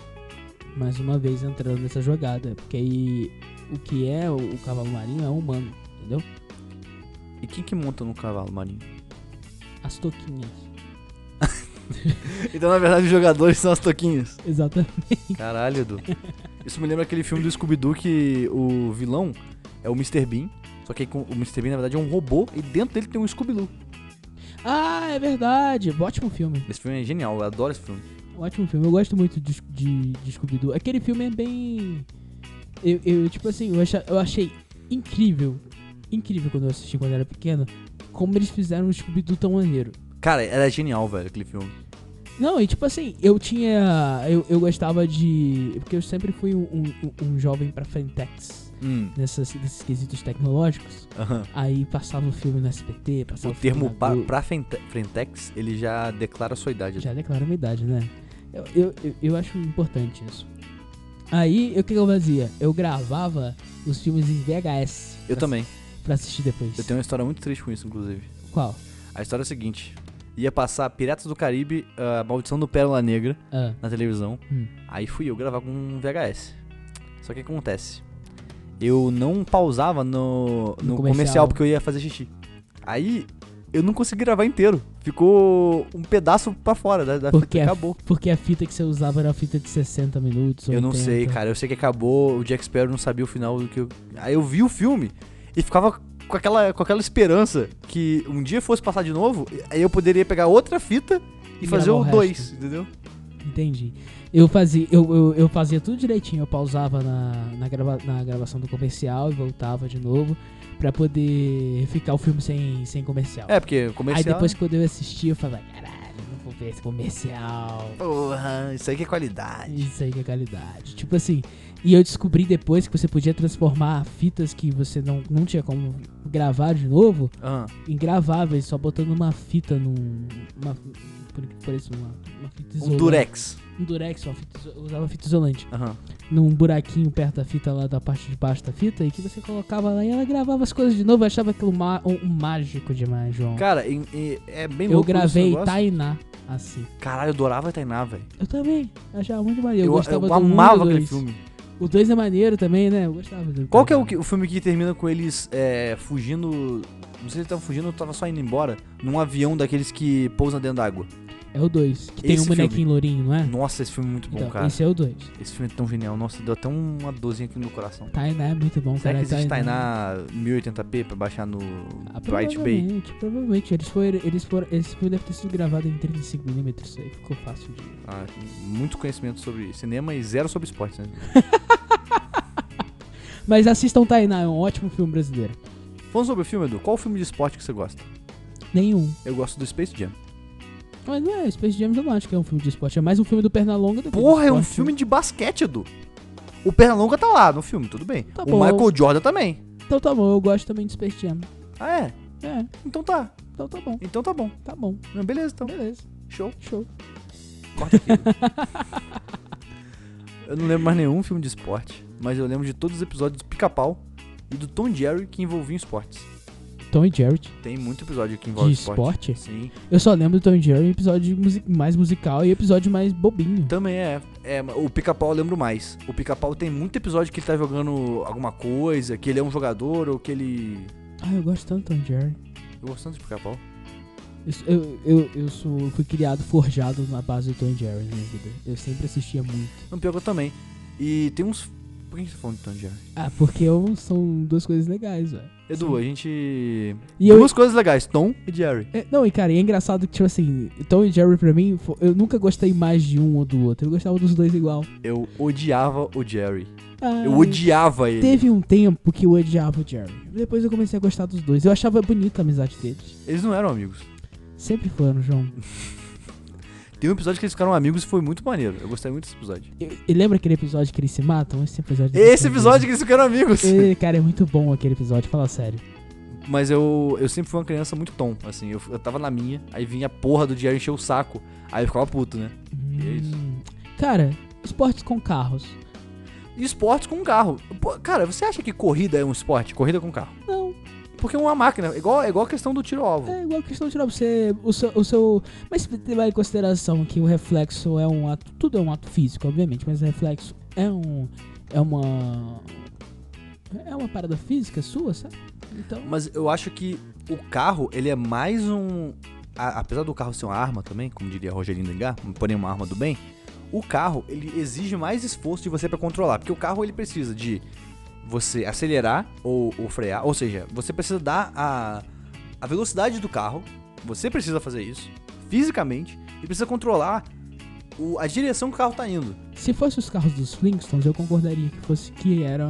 [SPEAKER 2] Mais uma vez entrando nessa jogada. Porque aí o que é o, o cavalo marinho é humano, entendeu?
[SPEAKER 1] E quem que monta num cavalo marinho?
[SPEAKER 2] As toquinhas.
[SPEAKER 1] Então, na verdade, os jogadores são as toquinhas.
[SPEAKER 2] Exatamente.
[SPEAKER 1] Caralho, Edu. Isso me lembra aquele filme do Scooby-Doo que o vilão é o Mr. Bean. Só que aí com- o Mr. Bean, na verdade, é um robô e dentro dele tem um Scooby-Doo.
[SPEAKER 2] Ah, é verdade. Ótimo filme.
[SPEAKER 1] Esse filme é genial, eu adoro esse filme.
[SPEAKER 2] Ótimo filme. Eu gosto muito de, de, de Scooby-Doo. Aquele filme é bem. Eu, eu, tipo assim, eu, acha- eu achei incrível. Incrível quando eu assisti quando eu era pequeno. Como eles fizeram o Scooby-Doo tão maneiro.
[SPEAKER 1] Cara, era genial, velho, aquele filme.
[SPEAKER 2] Não, e tipo assim, eu tinha. Eu, eu gostava de. Porque eu sempre fui um, um, um jovem pra Frentex
[SPEAKER 1] Hum,
[SPEAKER 2] nessas, nesses quesitos tecnológicos.
[SPEAKER 1] aham.
[SPEAKER 2] Aí passava o filme no SPT,
[SPEAKER 1] O
[SPEAKER 2] passava o,
[SPEAKER 1] termo
[SPEAKER 2] filme é na
[SPEAKER 1] pra,
[SPEAKER 2] Globo.
[SPEAKER 1] pra frente- Frentex, ele já declara sua idade.
[SPEAKER 2] Já declara minha idade, né? Eu, eu, eu, eu acho importante isso. Aí, eu- o que que eu fazia? Eu gravava os filmes em VHS.
[SPEAKER 1] Eu
[SPEAKER 2] pra-
[SPEAKER 1] também.
[SPEAKER 2] Pra assistir depois.
[SPEAKER 1] Eu tenho uma história muito triste com isso, inclusive.
[SPEAKER 2] Qual?
[SPEAKER 1] A história é a seguinte: ia passar Piratas do Caribe, ah, a Maldição do Pérola Negra,
[SPEAKER 2] Ah,
[SPEAKER 1] na televisão.
[SPEAKER 2] Hum.
[SPEAKER 1] Aí fui eu gravar com um VHS. Só que o que acontece? Eu não pausava no, no
[SPEAKER 2] No
[SPEAKER 1] comercial.
[SPEAKER 2] comercial.
[SPEAKER 1] porque eu ia fazer xixi. Aí eu não consegui gravar inteiro. ficou um pedaço pra fora da, da
[SPEAKER 2] Porque é
[SPEAKER 1] fita,
[SPEAKER 2] a-
[SPEAKER 1] acabou.
[SPEAKER 2] Porque a fita que você usava era a fita de 60 minutos. um
[SPEAKER 1] Eu não
[SPEAKER 2] 80.
[SPEAKER 1] sei, cara. Eu sei que acabou, o Jack Sparrow não sabia o final do que eu... Aí eu vi o filme e ficava com aquela, com aquela esperança que um dia fosse passar de novo, aí eu poderia pegar outra fita e
[SPEAKER 2] E
[SPEAKER 1] fazer
[SPEAKER 2] gravar
[SPEAKER 1] o
[SPEAKER 2] o
[SPEAKER 1] 2,
[SPEAKER 2] resto.
[SPEAKER 1] entendeu?
[SPEAKER 2] Entendi. Eu fazia, eu, eu, eu fazia tudo direitinho. Eu pausava na, na, grava, na gravação do comercial e voltava de novo pra poder ficar o filme sem, sem comercial.
[SPEAKER 1] É, porque comercial...
[SPEAKER 2] Aí depois quando eu assistia, eu falava, caralho, não vou ver esse comercial.
[SPEAKER 1] Porra, isso aí que é qualidade.
[SPEAKER 2] Isso aí que é qualidade. Tipo assim, e eu descobri depois que você podia transformar fitas que você não, não tinha como gravar de novo
[SPEAKER 1] Ah,
[SPEAKER 2] em graváveis, só botando uma fita num. Uma, por que parece uma, uma fita
[SPEAKER 1] um
[SPEAKER 2] isolante.
[SPEAKER 1] durex.
[SPEAKER 2] Um durex, uma fita iso- eu usava fita isolante.
[SPEAKER 1] Aham.
[SPEAKER 2] Num buraquinho perto da fita lá da parte de baixo da fita, e que você colocava lá e ela gravava as coisas de novo. Eu achava aquilo ma- um, um mágico demais, João.
[SPEAKER 1] Cara, e- e é bem
[SPEAKER 2] eu
[SPEAKER 1] louco esse
[SPEAKER 2] gravei
[SPEAKER 1] negócio.
[SPEAKER 2] Tainá assim.
[SPEAKER 1] Caralho, eu adorava Tainá, velho.
[SPEAKER 2] Eu também, achava muito maneiro. Eu,
[SPEAKER 1] Eu,
[SPEAKER 2] gostava
[SPEAKER 1] eu
[SPEAKER 2] do
[SPEAKER 1] amava
[SPEAKER 2] um e do
[SPEAKER 1] aquele
[SPEAKER 2] dois.
[SPEAKER 1] filme.
[SPEAKER 2] O 2 é maneiro também, né? Eu gostava do
[SPEAKER 1] Qual que é o,
[SPEAKER 2] dois.
[SPEAKER 1] que- o filme que termina com eles é, fugindo? Não sei se eles estavam fugindo ou tava só indo embora. Num avião daqueles que pousam dentro d'água.
[SPEAKER 2] É o 2, que tem
[SPEAKER 1] Esse
[SPEAKER 2] um bonequinho
[SPEAKER 1] filme.
[SPEAKER 2] lourinho, não é?
[SPEAKER 1] Nossa, esse filme é muito bom,
[SPEAKER 2] então,
[SPEAKER 1] cara. Esse...
[SPEAKER 2] esse é o 2.
[SPEAKER 1] filme é tão genial. Nossa, deu até uma dorzinha aqui no coração.
[SPEAKER 2] Tainá é muito bom,
[SPEAKER 1] Será
[SPEAKER 2] cara.
[SPEAKER 1] que existe
[SPEAKER 2] Tainá-
[SPEAKER 1] Tainá 1080p pra baixar no
[SPEAKER 2] Ah,
[SPEAKER 1] Bright Bay?
[SPEAKER 2] provavelmente, provavelmente. Eles foram, eles foram, esse filme deve ter sido gravado em 35mm, isso aí ficou fácil de...
[SPEAKER 1] Ah, muito conhecimento sobre cinema e zero sobre esportes, né?
[SPEAKER 2] Mas assistam Tainá, é um ótimo filme brasileiro.
[SPEAKER 1] Falando sobre o filme, Edu, qual filme de esporte que você gosta?
[SPEAKER 2] Nenhum.
[SPEAKER 1] Eu gosto do Space Jam.
[SPEAKER 2] Mas não é, Space Jam eu não acho que é um filme de esporte, é mais um filme do Pernalonga do que
[SPEAKER 1] Porra,
[SPEAKER 2] do
[SPEAKER 1] é um
[SPEAKER 2] esporte.
[SPEAKER 1] filme de basquete, Edu. O Pernalonga tá lá no filme, tudo bem.
[SPEAKER 2] Tá
[SPEAKER 1] o
[SPEAKER 2] bom.
[SPEAKER 1] Michael Jordan também.
[SPEAKER 2] Então tá bom, eu gosto também de Space Jam.
[SPEAKER 1] Ah, é?
[SPEAKER 2] É,
[SPEAKER 1] Então tá.
[SPEAKER 2] então tá bom,
[SPEAKER 1] Então tá bom.
[SPEAKER 2] tá bom,
[SPEAKER 1] Não, beleza, então.
[SPEAKER 2] beleza,
[SPEAKER 1] Show.
[SPEAKER 2] show.
[SPEAKER 1] Corta aqui. eu não lembro mais nenhum filme de esporte, mas eu lembro de todos os episódios do Pica-Pau e do Tom e Jerry que envolviam esportes.
[SPEAKER 2] Tom e Jared,
[SPEAKER 1] Tem muito episódio que envolve
[SPEAKER 2] de
[SPEAKER 1] esporte.
[SPEAKER 2] esporte?
[SPEAKER 1] Sim.
[SPEAKER 2] Eu só lembro do Tom e Jerry em episódio musi- mais musical e episódio mais bobinho.
[SPEAKER 1] Também é. é o Pica-Pau eu lembro mais. O Pica-Pau tem muito episódio que ele tá jogando alguma coisa, que ele é um jogador ou que ele.
[SPEAKER 2] Ah, eu gosto tanto do Tom e Jerry.
[SPEAKER 1] Eu gosto tanto de Pica-Pau.
[SPEAKER 2] Eu, sou- eu, eu, eu sou, fui criado, forjado na base do Tom e Jerry na minha vida. Eu sempre assistia muito.
[SPEAKER 1] Não, pior que eu também. E tem uns. Por que você tá falando de Tom e Jerry?
[SPEAKER 2] Ah, porque eu- são duas coisas legais, velho.
[SPEAKER 1] Edu, a gente.
[SPEAKER 2] E eu,
[SPEAKER 1] Duas coisas legais, Tom e Jerry.
[SPEAKER 2] É, não, e cara, e é engraçado que, tipo assim, Tom e Jerry pra mim, fo- eu nunca gostei mais de um ou do outro. Eu gostava dos dois igual.
[SPEAKER 1] Eu odiava o Jerry.
[SPEAKER 2] Ah,
[SPEAKER 1] Eu odiava ele.
[SPEAKER 2] Teve um tempo que eu odiava o Jerry. Depois eu comecei a gostar dos dois. Eu achava bonita a amizade deles.
[SPEAKER 1] Eles não eram amigos.
[SPEAKER 2] Sempre foram, João.
[SPEAKER 1] Tem um episódio que eles ficaram amigos e foi muito maneiro. Eu gostei muito desse episódio.
[SPEAKER 2] E, e lembra aquele episódio que eles se matam? Esse episódio. deles
[SPEAKER 1] Esse
[SPEAKER 2] são
[SPEAKER 1] episódio que eles ficaram amigos.
[SPEAKER 2] Ê, cara, é muito bom aquele episódio, fala sério.
[SPEAKER 1] Mas eu, eu sempre fui uma criança muito tom, assim. Eu, eu tava na minha, aí vinha a porra do Jerry encher o saco. Aí eu ficava puto, né? é isso.
[SPEAKER 2] Hum. Cara, esportes com carros.
[SPEAKER 1] E esportes com carro. Pô, cara, você acha que corrida é um esporte? Corrida com carro.
[SPEAKER 2] Não,
[SPEAKER 1] Porque é uma máquina. É igual, é igual a questão do tiro-alvo.
[SPEAKER 2] é igual a questão de tirar você. O seu, o seu. Mas você levar em consideração que o reflexo é um ato. Tudo é um ato físico, obviamente, mas o reflexo é um. É uma. É uma parada física sua, sabe? Então.
[SPEAKER 1] Mas eu acho que o carro, ele é mais um. a- apesar do carro ser uma arma também, como diria Rogerinho Dengar, porém uma arma do bem, o carro, ele exige mais esforço de você pra controlar. Porque o carro, ele precisa de você acelerar ou, ou frear. Ou seja, você precisa dar a, a velocidade do carro. Você precisa fazer isso fisicamente e precisa controlar o- a direção que o carro tá indo.
[SPEAKER 2] Se fosse os carros dos Flintstones, eu concordaria que fosse que era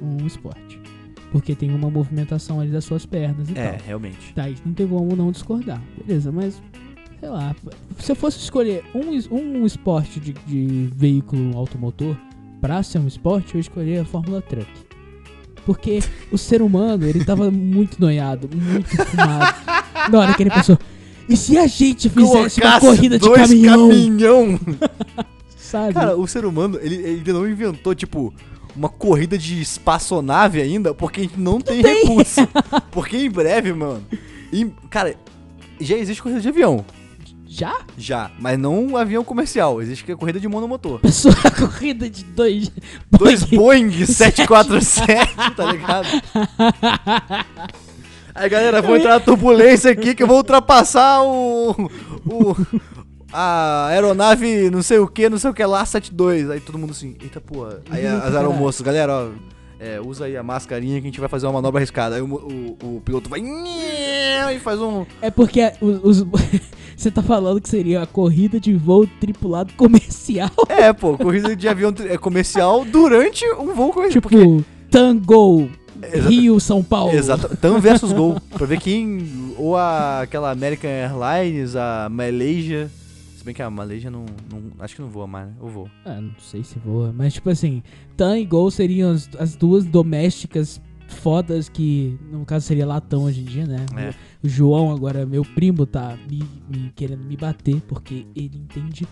[SPEAKER 2] um esporte. Porque tem uma movimentação ali das suas pernas e tal.
[SPEAKER 1] É, realmente.
[SPEAKER 2] Tá, isso não tem como não discordar. Beleza, mas. Sei lá. Se eu fosse escolher um, es- um esporte de, de veículo automotor pra ser um esporte, eu escolheria a Fórmula Truck. Porque o ser humano, ele tava muito noiado, muito fumado. Na hora que ele pensou. E se a gente fizesse uma corrida de
[SPEAKER 1] dois
[SPEAKER 2] caminhão?
[SPEAKER 1] caminhão.
[SPEAKER 2] Sabe?
[SPEAKER 1] Cara, o ser humano, ele, ele não inventou, tipo, uma corrida de espaçonave ainda, porque a gente não tem, recurso. Porque em breve, mano. em- cara, já existe corrida de avião.
[SPEAKER 2] Já?
[SPEAKER 1] Já. Mas não um avião comercial. Existe que é corrida de monomotor.
[SPEAKER 2] Pessoa a corrida de dois.
[SPEAKER 1] Dois
[SPEAKER 2] Boeing.
[SPEAKER 1] Boeing 747, tá ligado? Aí, galera, vou entrar na turbulência aqui que eu vou ultrapassar o. o a aeronave não sei o que, não sei o que lá, 72. Aí todo mundo assim, eita porra. Aí as aeromoças, galera, ó. é, usa aí a mascarinha que a gente vai fazer uma manobra arriscada. Aí o, o- o piloto vai. E faz um.
[SPEAKER 2] É porque os, os- você tá falando que seria a corrida de voo tripulado comercial.
[SPEAKER 1] É, pô, corrida de avião tri- é, comercial durante um voo comercial.
[SPEAKER 2] tipo, Tango, Rio, São Paulo.
[SPEAKER 1] Exato. TAM versus Gol. Pra ver quem. Ou a, aquela American Airlines, a Malaysia. Se bem que a Malaysia não. não- acho que não voa mais, né? Eu vou.
[SPEAKER 2] Ah, não sei se voa, mas tipo assim, Tan e Gol seriam as, as duas domésticas fodas que, no caso, seria Latão hoje em dia, né?
[SPEAKER 1] É.
[SPEAKER 2] O João, agora meu primo, tá me, me querendo me bater porque ele entende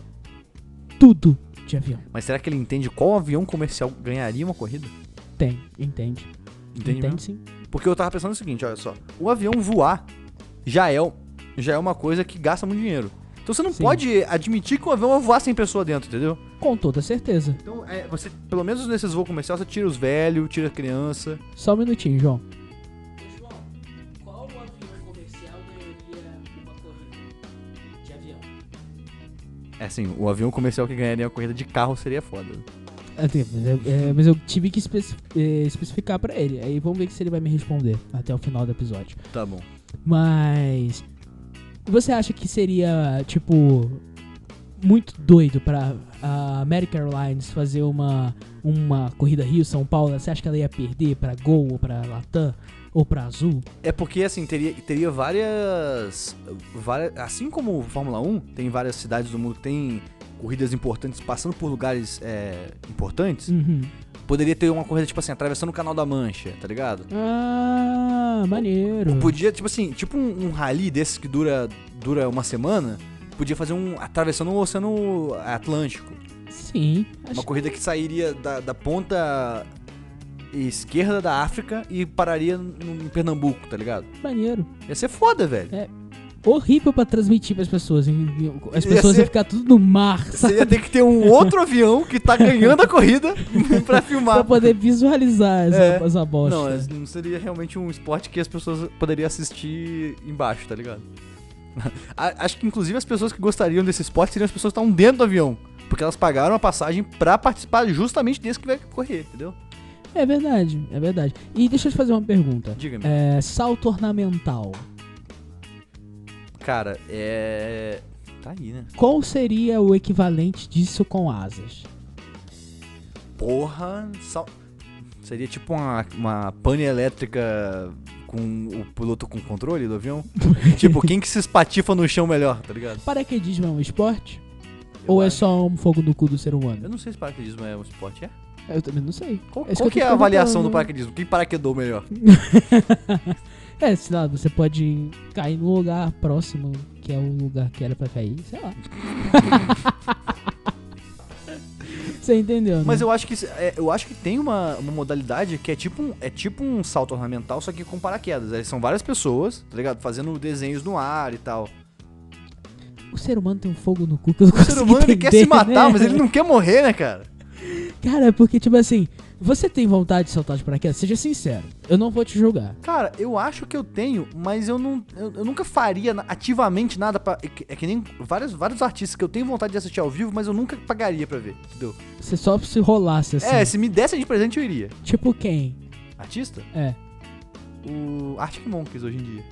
[SPEAKER 2] tudo de avião.
[SPEAKER 1] Mas será que ele entende qual avião comercial ganharia uma corrida?
[SPEAKER 2] Tem, entende.
[SPEAKER 1] Entende, mesmo?
[SPEAKER 2] sim.
[SPEAKER 1] Porque eu tava pensando o seguinte, olha só. O avião voar já é, um- já é uma coisa que gasta muito dinheiro. Então você não
[SPEAKER 2] Sim.
[SPEAKER 1] pode admitir que um avião vai voar sem pessoa dentro, entendeu?
[SPEAKER 2] Com toda certeza.
[SPEAKER 1] Então, é, você, pelo menos nesses voos comerciais, você tira os velhos, tira a criança.
[SPEAKER 2] Só um minutinho, João. João, qual avião comercial ganharia uma corrida de avião?
[SPEAKER 1] É assim, o avião comercial que ganharia uma corrida de carro seria foda.
[SPEAKER 2] mas, eu, é, mas eu tive que especi- é, especificar pra ele. Aí vamos ver se ele vai me responder até o final do episódio.
[SPEAKER 1] Tá bom.
[SPEAKER 2] Mas você acha que seria tipo muito doido pra a American Airlines fazer uma uma corrida Rio São Paulo? Você acha que ela ia perder pra Gol ou pra Latam ou pra Azul?
[SPEAKER 1] É porque, assim, teria, teria várias, várias. Assim como Fórmula 1, tem várias cidades do mundo que tem corridas importantes passando por lugares é, importantes.
[SPEAKER 2] Uhum.
[SPEAKER 1] Poderia ter uma corrida, tipo assim, atravessando o Canal da Mancha, tá ligado?
[SPEAKER 2] Ah, maneiro.
[SPEAKER 1] Podia, tipo assim, tipo um, um rally desses que dura, dura uma semana, podia fazer um. atravessando o Oceano Atlântico.
[SPEAKER 2] Sim.
[SPEAKER 1] Uma
[SPEAKER 2] acho-
[SPEAKER 1] corrida que sairia da, da ponta esquerda da África e pararia no- em Pernambuco, tá ligado?
[SPEAKER 2] Maneiro.
[SPEAKER 1] Ia ser foda, velho.
[SPEAKER 2] Horrível pra transmitir pras pessoas. hein? As
[SPEAKER 1] Ia
[SPEAKER 2] pessoas
[SPEAKER 1] ser-
[SPEAKER 2] iam ficar tudo no mar, sabe?
[SPEAKER 1] Você ia ter que ter um outro avião que tá ganhando a corrida pra filmar.
[SPEAKER 2] Pra poder visualizar essa,
[SPEAKER 1] É.
[SPEAKER 2] essa bosta.
[SPEAKER 1] Não, mas não seria realmente um esporte que as pessoas poderiam assistir embaixo, tá ligado? A- Acho que inclusive as pessoas que gostariam desse esporte seriam as pessoas que estavam dentro do avião. Porque elas pagaram a passagem pra participar justamente desse que vai correr, entendeu?
[SPEAKER 2] É verdade, é verdade. E deixa eu te fazer uma pergunta.
[SPEAKER 1] Diga-me.
[SPEAKER 2] É, salto ornamental.
[SPEAKER 1] Cara, é. Tá aí, né?
[SPEAKER 2] Qual seria o equivalente disso com asas?
[SPEAKER 1] Porra. sal- Seria tipo uma, uma pane elétrica com o piloto com controle do avião? tipo, quem que se espatifa no chão melhor, tá ligado?
[SPEAKER 2] Paraquedismo é um esporte?
[SPEAKER 1] Eu
[SPEAKER 2] ou é
[SPEAKER 1] acho.
[SPEAKER 2] só um fogo no cu do ser
[SPEAKER 1] Eu
[SPEAKER 2] humano?
[SPEAKER 1] não sei se paraquedismo é um esporte, é?
[SPEAKER 2] Eu também não sei.
[SPEAKER 1] Qual,
[SPEAKER 2] isso
[SPEAKER 1] qual
[SPEAKER 2] eu
[SPEAKER 1] que
[SPEAKER 2] tô
[SPEAKER 1] é a avaliação do
[SPEAKER 2] perguntando. Uhum.
[SPEAKER 1] paraquedismo? Quem paraquedou melhor?
[SPEAKER 2] É, sei lá, você pode cair no lugar próximo, que é o lugar que era pra cair, sei lá. você entendeu, né?
[SPEAKER 1] Mas eu acho que isso- é, eu acho que tem uma, uma modalidade que é tipo, um, é tipo um salto ornamental, só que com paraquedas. Aí são várias pessoas, tá ligado? Fazendo desenhos no ar e tal.
[SPEAKER 2] O ser humano tem um fogo no cu que eu não né?
[SPEAKER 1] O ser humano ele quer se matar, mas ele não quer morrer, né, cara?
[SPEAKER 2] Cara, é porque, tipo assim, você tem vontade de saltar de paraquedas? Seja sincero, eu não vou te julgar.
[SPEAKER 1] Cara, eu acho que eu tenho, mas eu não. Eu, eu nunca faria na- ativamente nada pra. É que, é que nem vários, vários artistas que eu tenho vontade de assistir ao vivo, mas eu nunca pagaria pra ver, entendeu?
[SPEAKER 2] Você só se rolasse assim.
[SPEAKER 1] É, se me dessem de presente eu iria.
[SPEAKER 2] Tipo quem?
[SPEAKER 1] Artista?
[SPEAKER 2] É.
[SPEAKER 1] O Arctic Monkeys hoje em dia.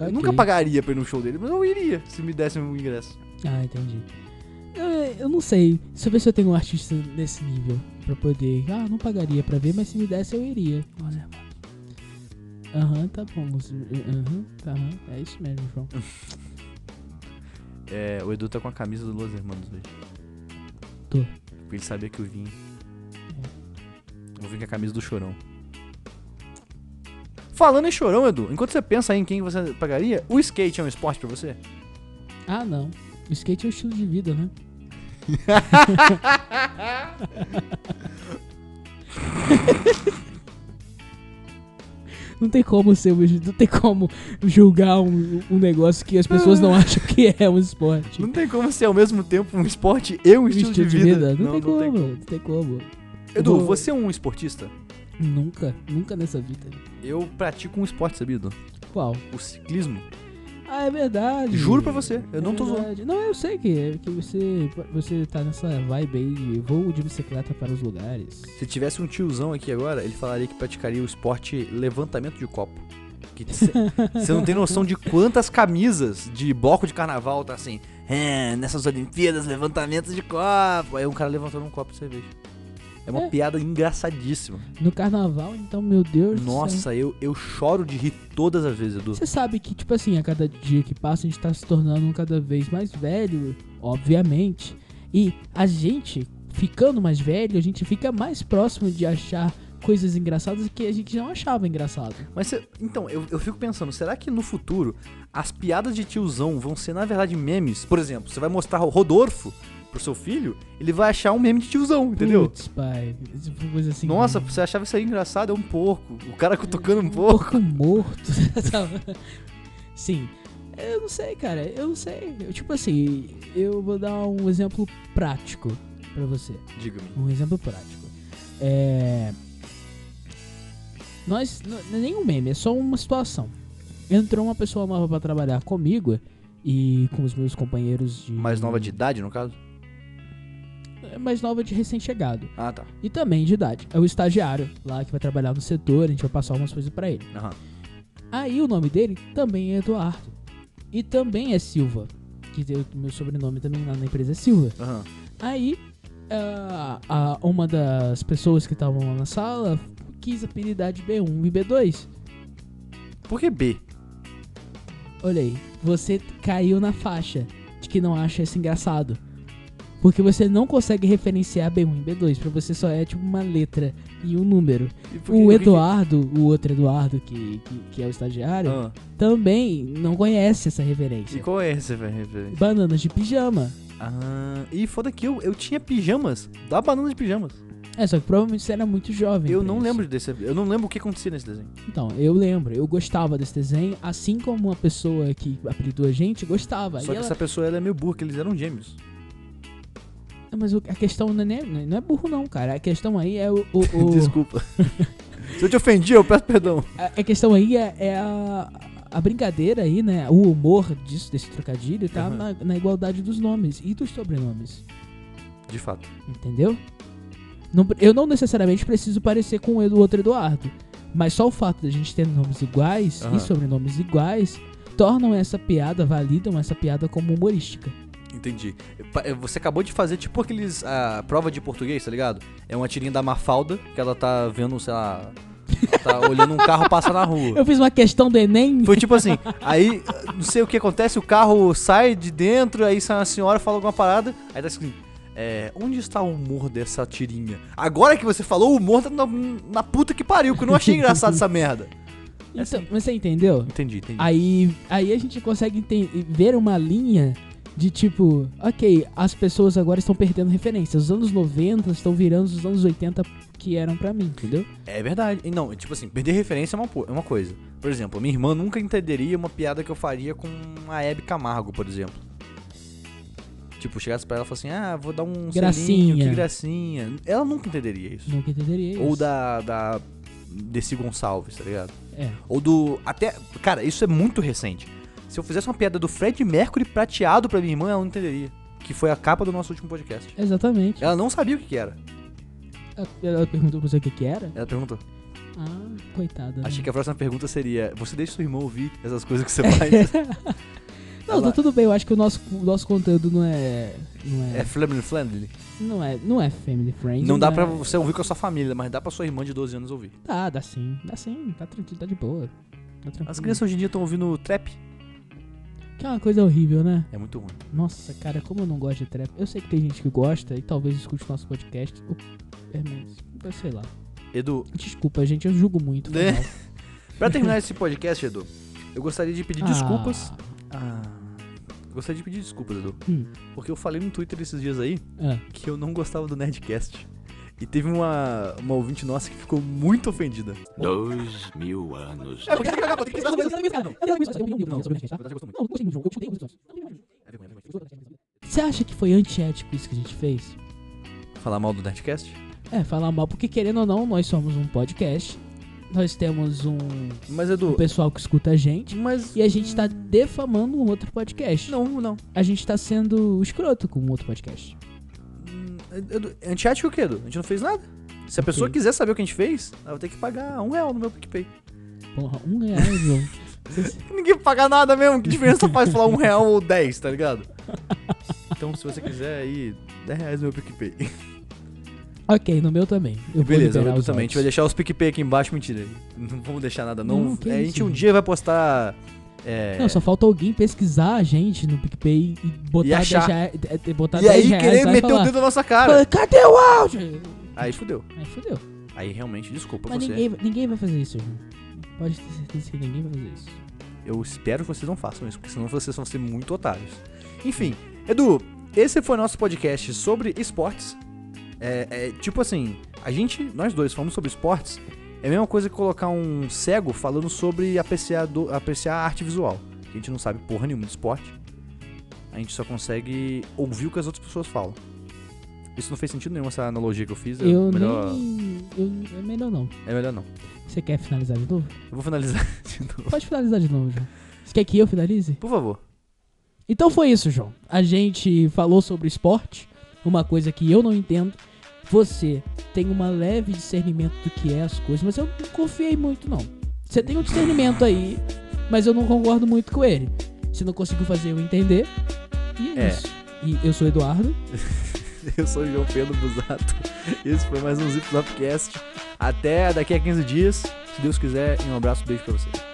[SPEAKER 1] Eu
[SPEAKER 2] ok.
[SPEAKER 1] nunca pagaria pra ir no show dele, mas eu iria se me dessem um ingresso.
[SPEAKER 2] Ah, entendi. Eu, eu não sei. Deixa eu ver se eu tenho um artista nesse nível pra poder. Ah, não pagaria pra ver, mas se me desse eu iria. Olha, mano. Aham, tá bom. Lúcio. Aham, tá. aham. É isso mesmo, João.
[SPEAKER 1] É, o Edu tá com a camisa do Los Hermanos hoje.
[SPEAKER 2] Tô.
[SPEAKER 1] Porque ele sabia que eu vim.
[SPEAKER 2] É.
[SPEAKER 1] Eu vim com a camisa do Chorão. Falando em Chorão, Edu, enquanto você pensa aí em quem você pagaria, o skate é um esporte pra você?
[SPEAKER 2] Ah, não. O skate é o estilo de vida, né? Não tem como ser, um, não tem como julgar um, um negócio que as pessoas não acham que é um esporte.
[SPEAKER 1] Não tem como ser ao mesmo tempo um esporte e um estilo, de vida.
[SPEAKER 2] Não, tem, como, não tem como.
[SPEAKER 1] Edu,
[SPEAKER 2] Vou-
[SPEAKER 1] você é um esportista?
[SPEAKER 2] Nunca, nunca nessa vida.
[SPEAKER 1] Eu pratico um esporte, sabido?
[SPEAKER 2] Qual?
[SPEAKER 1] O ciclismo.
[SPEAKER 2] Ah, é verdade.
[SPEAKER 1] Juro pra você, eu
[SPEAKER 2] É
[SPEAKER 1] não tô zoando.
[SPEAKER 2] verdade. Não, eu sei que, é que você, você tá nessa vibe aí de voo de bicicleta para os lugares.
[SPEAKER 1] Se tivesse um tiozão aqui agora, ele falaria que praticaria o esporte levantamento de copo. Você não tem noção de quantas camisas de bloco de carnaval tá assim. É, nessas Olimpíadas, levantamentos de copo. Aí um cara levantando um copo de cerveja. É uma
[SPEAKER 2] É.
[SPEAKER 1] piada engraçadíssima.
[SPEAKER 2] No carnaval, então, meu Deus. do céu.
[SPEAKER 1] Nossa, eu, eu choro de rir todas as vezes, Edu.
[SPEAKER 2] Você sabe que, tipo assim, a cada dia que passa, a gente tá se tornando um cada vez mais velho, obviamente. E a gente, ficando mais velho, a gente fica mais próximo de achar coisas engraçadas que a gente não achava engraçado.
[SPEAKER 1] Mas cê- então, eu, eu fico pensando, será que no futuro as piadas de tiozão vão ser, na verdade, memes? Por exemplo, você vai mostrar o Rodolfo pro seu filho, ele vai achar um meme de tiozão, entendeu?
[SPEAKER 2] Putz, pai. Tipo, coisa assim.
[SPEAKER 1] Nossa,
[SPEAKER 2] né?
[SPEAKER 1] você achava isso aí engraçado? É um porco. O cara cutucando um
[SPEAKER 2] um
[SPEAKER 1] porco.
[SPEAKER 2] pouco morto. né, sabe? Sim. Eu não sei, cara. Eu não sei. Eu, tipo assim, eu vou dar um exemplo prático pra você.
[SPEAKER 1] Diga-me.
[SPEAKER 2] Um exemplo prático. É. Nós. n- Não é nenhum meme, é só uma situação. Entrou uma pessoa nova pra trabalhar comigo e com os meus companheiros de.
[SPEAKER 1] Mais nova de idade, no caso?
[SPEAKER 2] É, Mais nova de recém-chegado.
[SPEAKER 1] Ah, tá.
[SPEAKER 2] E também de idade. É o estagiário lá que vai trabalhar no setor, a gente vai passar algumas coisas pra ele.
[SPEAKER 1] Aham.
[SPEAKER 2] Aí o nome dele também é Eduardo. E também é Silva. Que tem o meu sobrenome também lá na empresa é Silva.
[SPEAKER 1] Aham.
[SPEAKER 2] Aí, ah, a- uma das pessoas que estavam lá na sala quis apelidar de B1 e B2.
[SPEAKER 1] Por que B?
[SPEAKER 2] Olha aí, você caiu na faixa de que não acha isso engraçado. Porque você não consegue referenciar B1 e B2, pra você só é tipo uma letra e um número.
[SPEAKER 1] E por que-
[SPEAKER 2] O
[SPEAKER 1] por que-
[SPEAKER 2] Eduardo, o outro Eduardo, que, que, que é o estagiário,
[SPEAKER 1] Ah,
[SPEAKER 2] também não conhece essa
[SPEAKER 1] e
[SPEAKER 2] referência.
[SPEAKER 1] qual é essa referência?
[SPEAKER 2] Bananas de pijama.
[SPEAKER 1] Ah, e foda que eu, eu tinha pijamas da banana de pijamas.
[SPEAKER 2] É, só que provavelmente você era muito jovem.
[SPEAKER 1] Eu
[SPEAKER 2] pra
[SPEAKER 1] não
[SPEAKER 2] isso.
[SPEAKER 1] lembro desse. Eu não lembro o que acontecia nesse desenho.
[SPEAKER 2] Então, eu lembro, eu gostava desse desenho, assim como uma pessoa que apelidou a gente gostava.
[SPEAKER 1] Só
[SPEAKER 2] E
[SPEAKER 1] que
[SPEAKER 2] ela-
[SPEAKER 1] essa pessoa ela é meio burra, que eles eram gêmeos.
[SPEAKER 2] Não, Mas o- a questão não é, nem- não é burro, não, cara. A questão aí é o. o- o-
[SPEAKER 1] Desculpa. Se eu te ofendi, eu peço perdão.
[SPEAKER 2] a, a questão aí é, é a, a brincadeira aí, né? O humor disso, desse trocadilho, tá
[SPEAKER 1] Aham.
[SPEAKER 2] na, na igualdade dos nomes e dos sobrenomes.
[SPEAKER 1] De fato.
[SPEAKER 2] Entendeu? Não pre- eu não necessariamente preciso parecer com o Edu- outro Eduardo. Mas só o fato da gente ter nomes iguais
[SPEAKER 1] Aham.
[SPEAKER 2] e sobrenomes iguais tornam essa piada, validam essa piada como humorística.
[SPEAKER 1] Entendi. Pa- eh, Você acabou de fazer tipo aqueles. A prova de português, tá ligado? É uma tirinha da Mafalda que ela tá vendo, sei lá. Ela tá olhando um carro passar na rua.
[SPEAKER 2] Eu fiz uma questão do Enem.
[SPEAKER 1] Foi tipo assim, aí não sei o que acontece, o carro sai de dentro, aí sai uma senhora, fala alguma parada, aí tá assim, é, onde está o humor dessa tirinha? Agora que você falou, o humor tá na, na puta que pariu, que eu não achei engraçado essa merda.
[SPEAKER 2] Então,
[SPEAKER 1] assim.
[SPEAKER 2] mas você entendeu?
[SPEAKER 1] Entendi, entendi.
[SPEAKER 2] Aí, aí a gente consegue enten- ver uma linha de tipo, ok, as pessoas agora estão perdendo referência. Os anos 90 estão virando os anos 80 que eram pra mim, entendeu?
[SPEAKER 1] É verdade. E não, tipo assim, perder referência é uma, po- é uma coisa. Por exemplo, a minha irmã nunca entenderia uma piada que eu faria com a Hebe Camargo, por exemplo. Tipo, chegasse pra ela e falasse assim, ah, vou dar um selinho,
[SPEAKER 2] Gracinha.
[SPEAKER 1] que gracinha. Ela nunca entenderia isso.
[SPEAKER 2] Nunca entenderia isso.
[SPEAKER 1] Ou da, da Desi Gonçalves, tá ligado?
[SPEAKER 2] É.
[SPEAKER 1] Ou do... Até... Cara, isso é muito recente. Se eu fizesse uma piada do Fred Mercury prateado pra minha irmã, ela não entenderia. Que foi a capa do nosso último podcast.
[SPEAKER 2] Exatamente.
[SPEAKER 1] Ela não sabia o que, que era.
[SPEAKER 2] Ela, ela perguntou pra você o que que era?
[SPEAKER 1] Ela perguntou.
[SPEAKER 2] Ah, coitada. né?
[SPEAKER 1] Achei que a próxima pergunta seria: Você deixa seu irmão ouvir essas coisas que você faz?
[SPEAKER 2] Não,
[SPEAKER 1] ela-
[SPEAKER 2] tá tudo bem, eu acho que o nosso, o nosso conteúdo não é. Não é,
[SPEAKER 1] é family friendly?
[SPEAKER 2] Não é. Não é family friend.
[SPEAKER 1] Não dá pra
[SPEAKER 2] é-
[SPEAKER 1] você ouvir com a sua família, mas dá pra sua irmã de 12 anos ouvir.
[SPEAKER 2] Dá, dá sim. Dá sim, tá tranquilo, tá de boa. Tá tranquilo.
[SPEAKER 1] As crianças hoje em dia estão ouvindo trap.
[SPEAKER 2] Que é uma coisa horrível, né?
[SPEAKER 1] É muito ruim.
[SPEAKER 2] Nossa, cara, como eu não gosto de trap. Eu sei que tem gente que gosta e talvez escute nosso podcast. Ou- É, mas, eu sei lá.
[SPEAKER 1] Edu,
[SPEAKER 2] Desculpa, gente, eu julgo muito. foi
[SPEAKER 1] Né?
[SPEAKER 2] mal.
[SPEAKER 1] pra terminar esse podcast, Edu, eu gostaria de pedir
[SPEAKER 2] Ah,
[SPEAKER 1] desculpas. Ah. eu Gostaria de pedir desculpas, Edu.
[SPEAKER 2] Hum.
[SPEAKER 1] Porque eu falei no Twitter esses dias aí
[SPEAKER 2] ah,
[SPEAKER 1] que eu não gostava do Nerdcast. E teve uma, uma ouvinte nossa que ficou muito ofendida.
[SPEAKER 4] Dois mil anos
[SPEAKER 2] Você acha que foi antiético isso que a gente fez?
[SPEAKER 1] Falar mal do Nerdcast?
[SPEAKER 2] É, falar mal, porque querendo ou não, nós somos um podcast nós temos um,
[SPEAKER 1] Mas,
[SPEAKER 2] um
[SPEAKER 1] Edu.
[SPEAKER 2] pessoal que escuta a gente
[SPEAKER 1] Mas.
[SPEAKER 2] e a gente tá defamando um outro podcast.
[SPEAKER 1] Não, não.
[SPEAKER 2] A gente tá sendo escroto com um outro podcast.
[SPEAKER 1] Hum, Edu, Antiético o quê, Edu? A gente não fez nada. Se a
[SPEAKER 2] Ok.
[SPEAKER 1] pessoa quiser saber o que a gente fez, ela vai ter que pagar um real no meu PicPay.
[SPEAKER 2] Porra, um real, João.
[SPEAKER 1] Ninguém paga nada mesmo. Que diferença faz falar um real ou dez, tá ligado? Então, se você quiser aí, 10 reais no meu PicPay.
[SPEAKER 2] ok, no meu também. Eu vou
[SPEAKER 1] Beleza, o
[SPEAKER 2] liberar
[SPEAKER 1] Edu
[SPEAKER 2] os
[SPEAKER 1] também. A gente vai
[SPEAKER 2] áudios.
[SPEAKER 1] deixar os PicPay aqui embaixo. Mentira, não vamos deixar nada, não.
[SPEAKER 2] Não, que
[SPEAKER 1] É, a gente
[SPEAKER 2] isso,
[SPEAKER 1] um
[SPEAKER 2] gente.
[SPEAKER 1] dia vai postar. É,
[SPEAKER 2] Não, só falta alguém pesquisar a gente no PicPay e botar,
[SPEAKER 1] E achar.
[SPEAKER 2] 10 reais- eh, botar
[SPEAKER 1] e
[SPEAKER 2] 10
[SPEAKER 1] aí,
[SPEAKER 2] reais
[SPEAKER 1] querer
[SPEAKER 2] lá e
[SPEAKER 1] meter
[SPEAKER 2] falar,
[SPEAKER 1] o dedo na nossa cara.
[SPEAKER 2] "Fala, Cadê o áudio?
[SPEAKER 1] Aí fudeu.
[SPEAKER 2] Aí fodeu.
[SPEAKER 1] Aí realmente, desculpa
[SPEAKER 2] Mas
[SPEAKER 1] você.
[SPEAKER 2] ninguém, ninguém vai fazer isso, João. Pode ter certeza que ninguém vai fazer isso.
[SPEAKER 1] Eu espero que vocês não façam isso, porque senão vocês vão ser muito otários. Enfim, Edu, esse foi nosso podcast sobre esportes. É, é, tipo assim, a gente, nós dois, falamos sobre esportes. É a mesma coisa que colocar um cego falando sobre apreciar, do- apreciar a arte visual. Que a gente não sabe porra nenhuma de esporte. A gente só consegue ouvir o que as outras pessoas falam. Isso não fez sentido nenhum, essa analogia que eu fiz. É,
[SPEAKER 2] Eu
[SPEAKER 1] melhor,
[SPEAKER 2] nem. eu- é melhor não.
[SPEAKER 1] é melhor não.
[SPEAKER 2] Você quer finalizar de novo?
[SPEAKER 1] Eu vou finalizar de novo.
[SPEAKER 2] Pode finalizar de novo, João. Você quer que eu finalize?
[SPEAKER 1] Por favor.
[SPEAKER 2] Então foi isso, João. A gente falou sobre esporte, uma coisa que eu não entendo. Você tem uma leve discernimento do que é as coisas, mas eu não confiei muito, não. Você tem um discernimento aí, mas eu não concordo muito com ele. Você não conseguiu fazer eu entender. E é,
[SPEAKER 1] É.
[SPEAKER 2] isso. E eu sou o Eduardo.
[SPEAKER 1] Eu sou o João Pedro Busato. Esse foi mais um Zip Lopcast. Até daqui a 15 dias. Se Deus quiser, e um abraço, beijo pra vocês.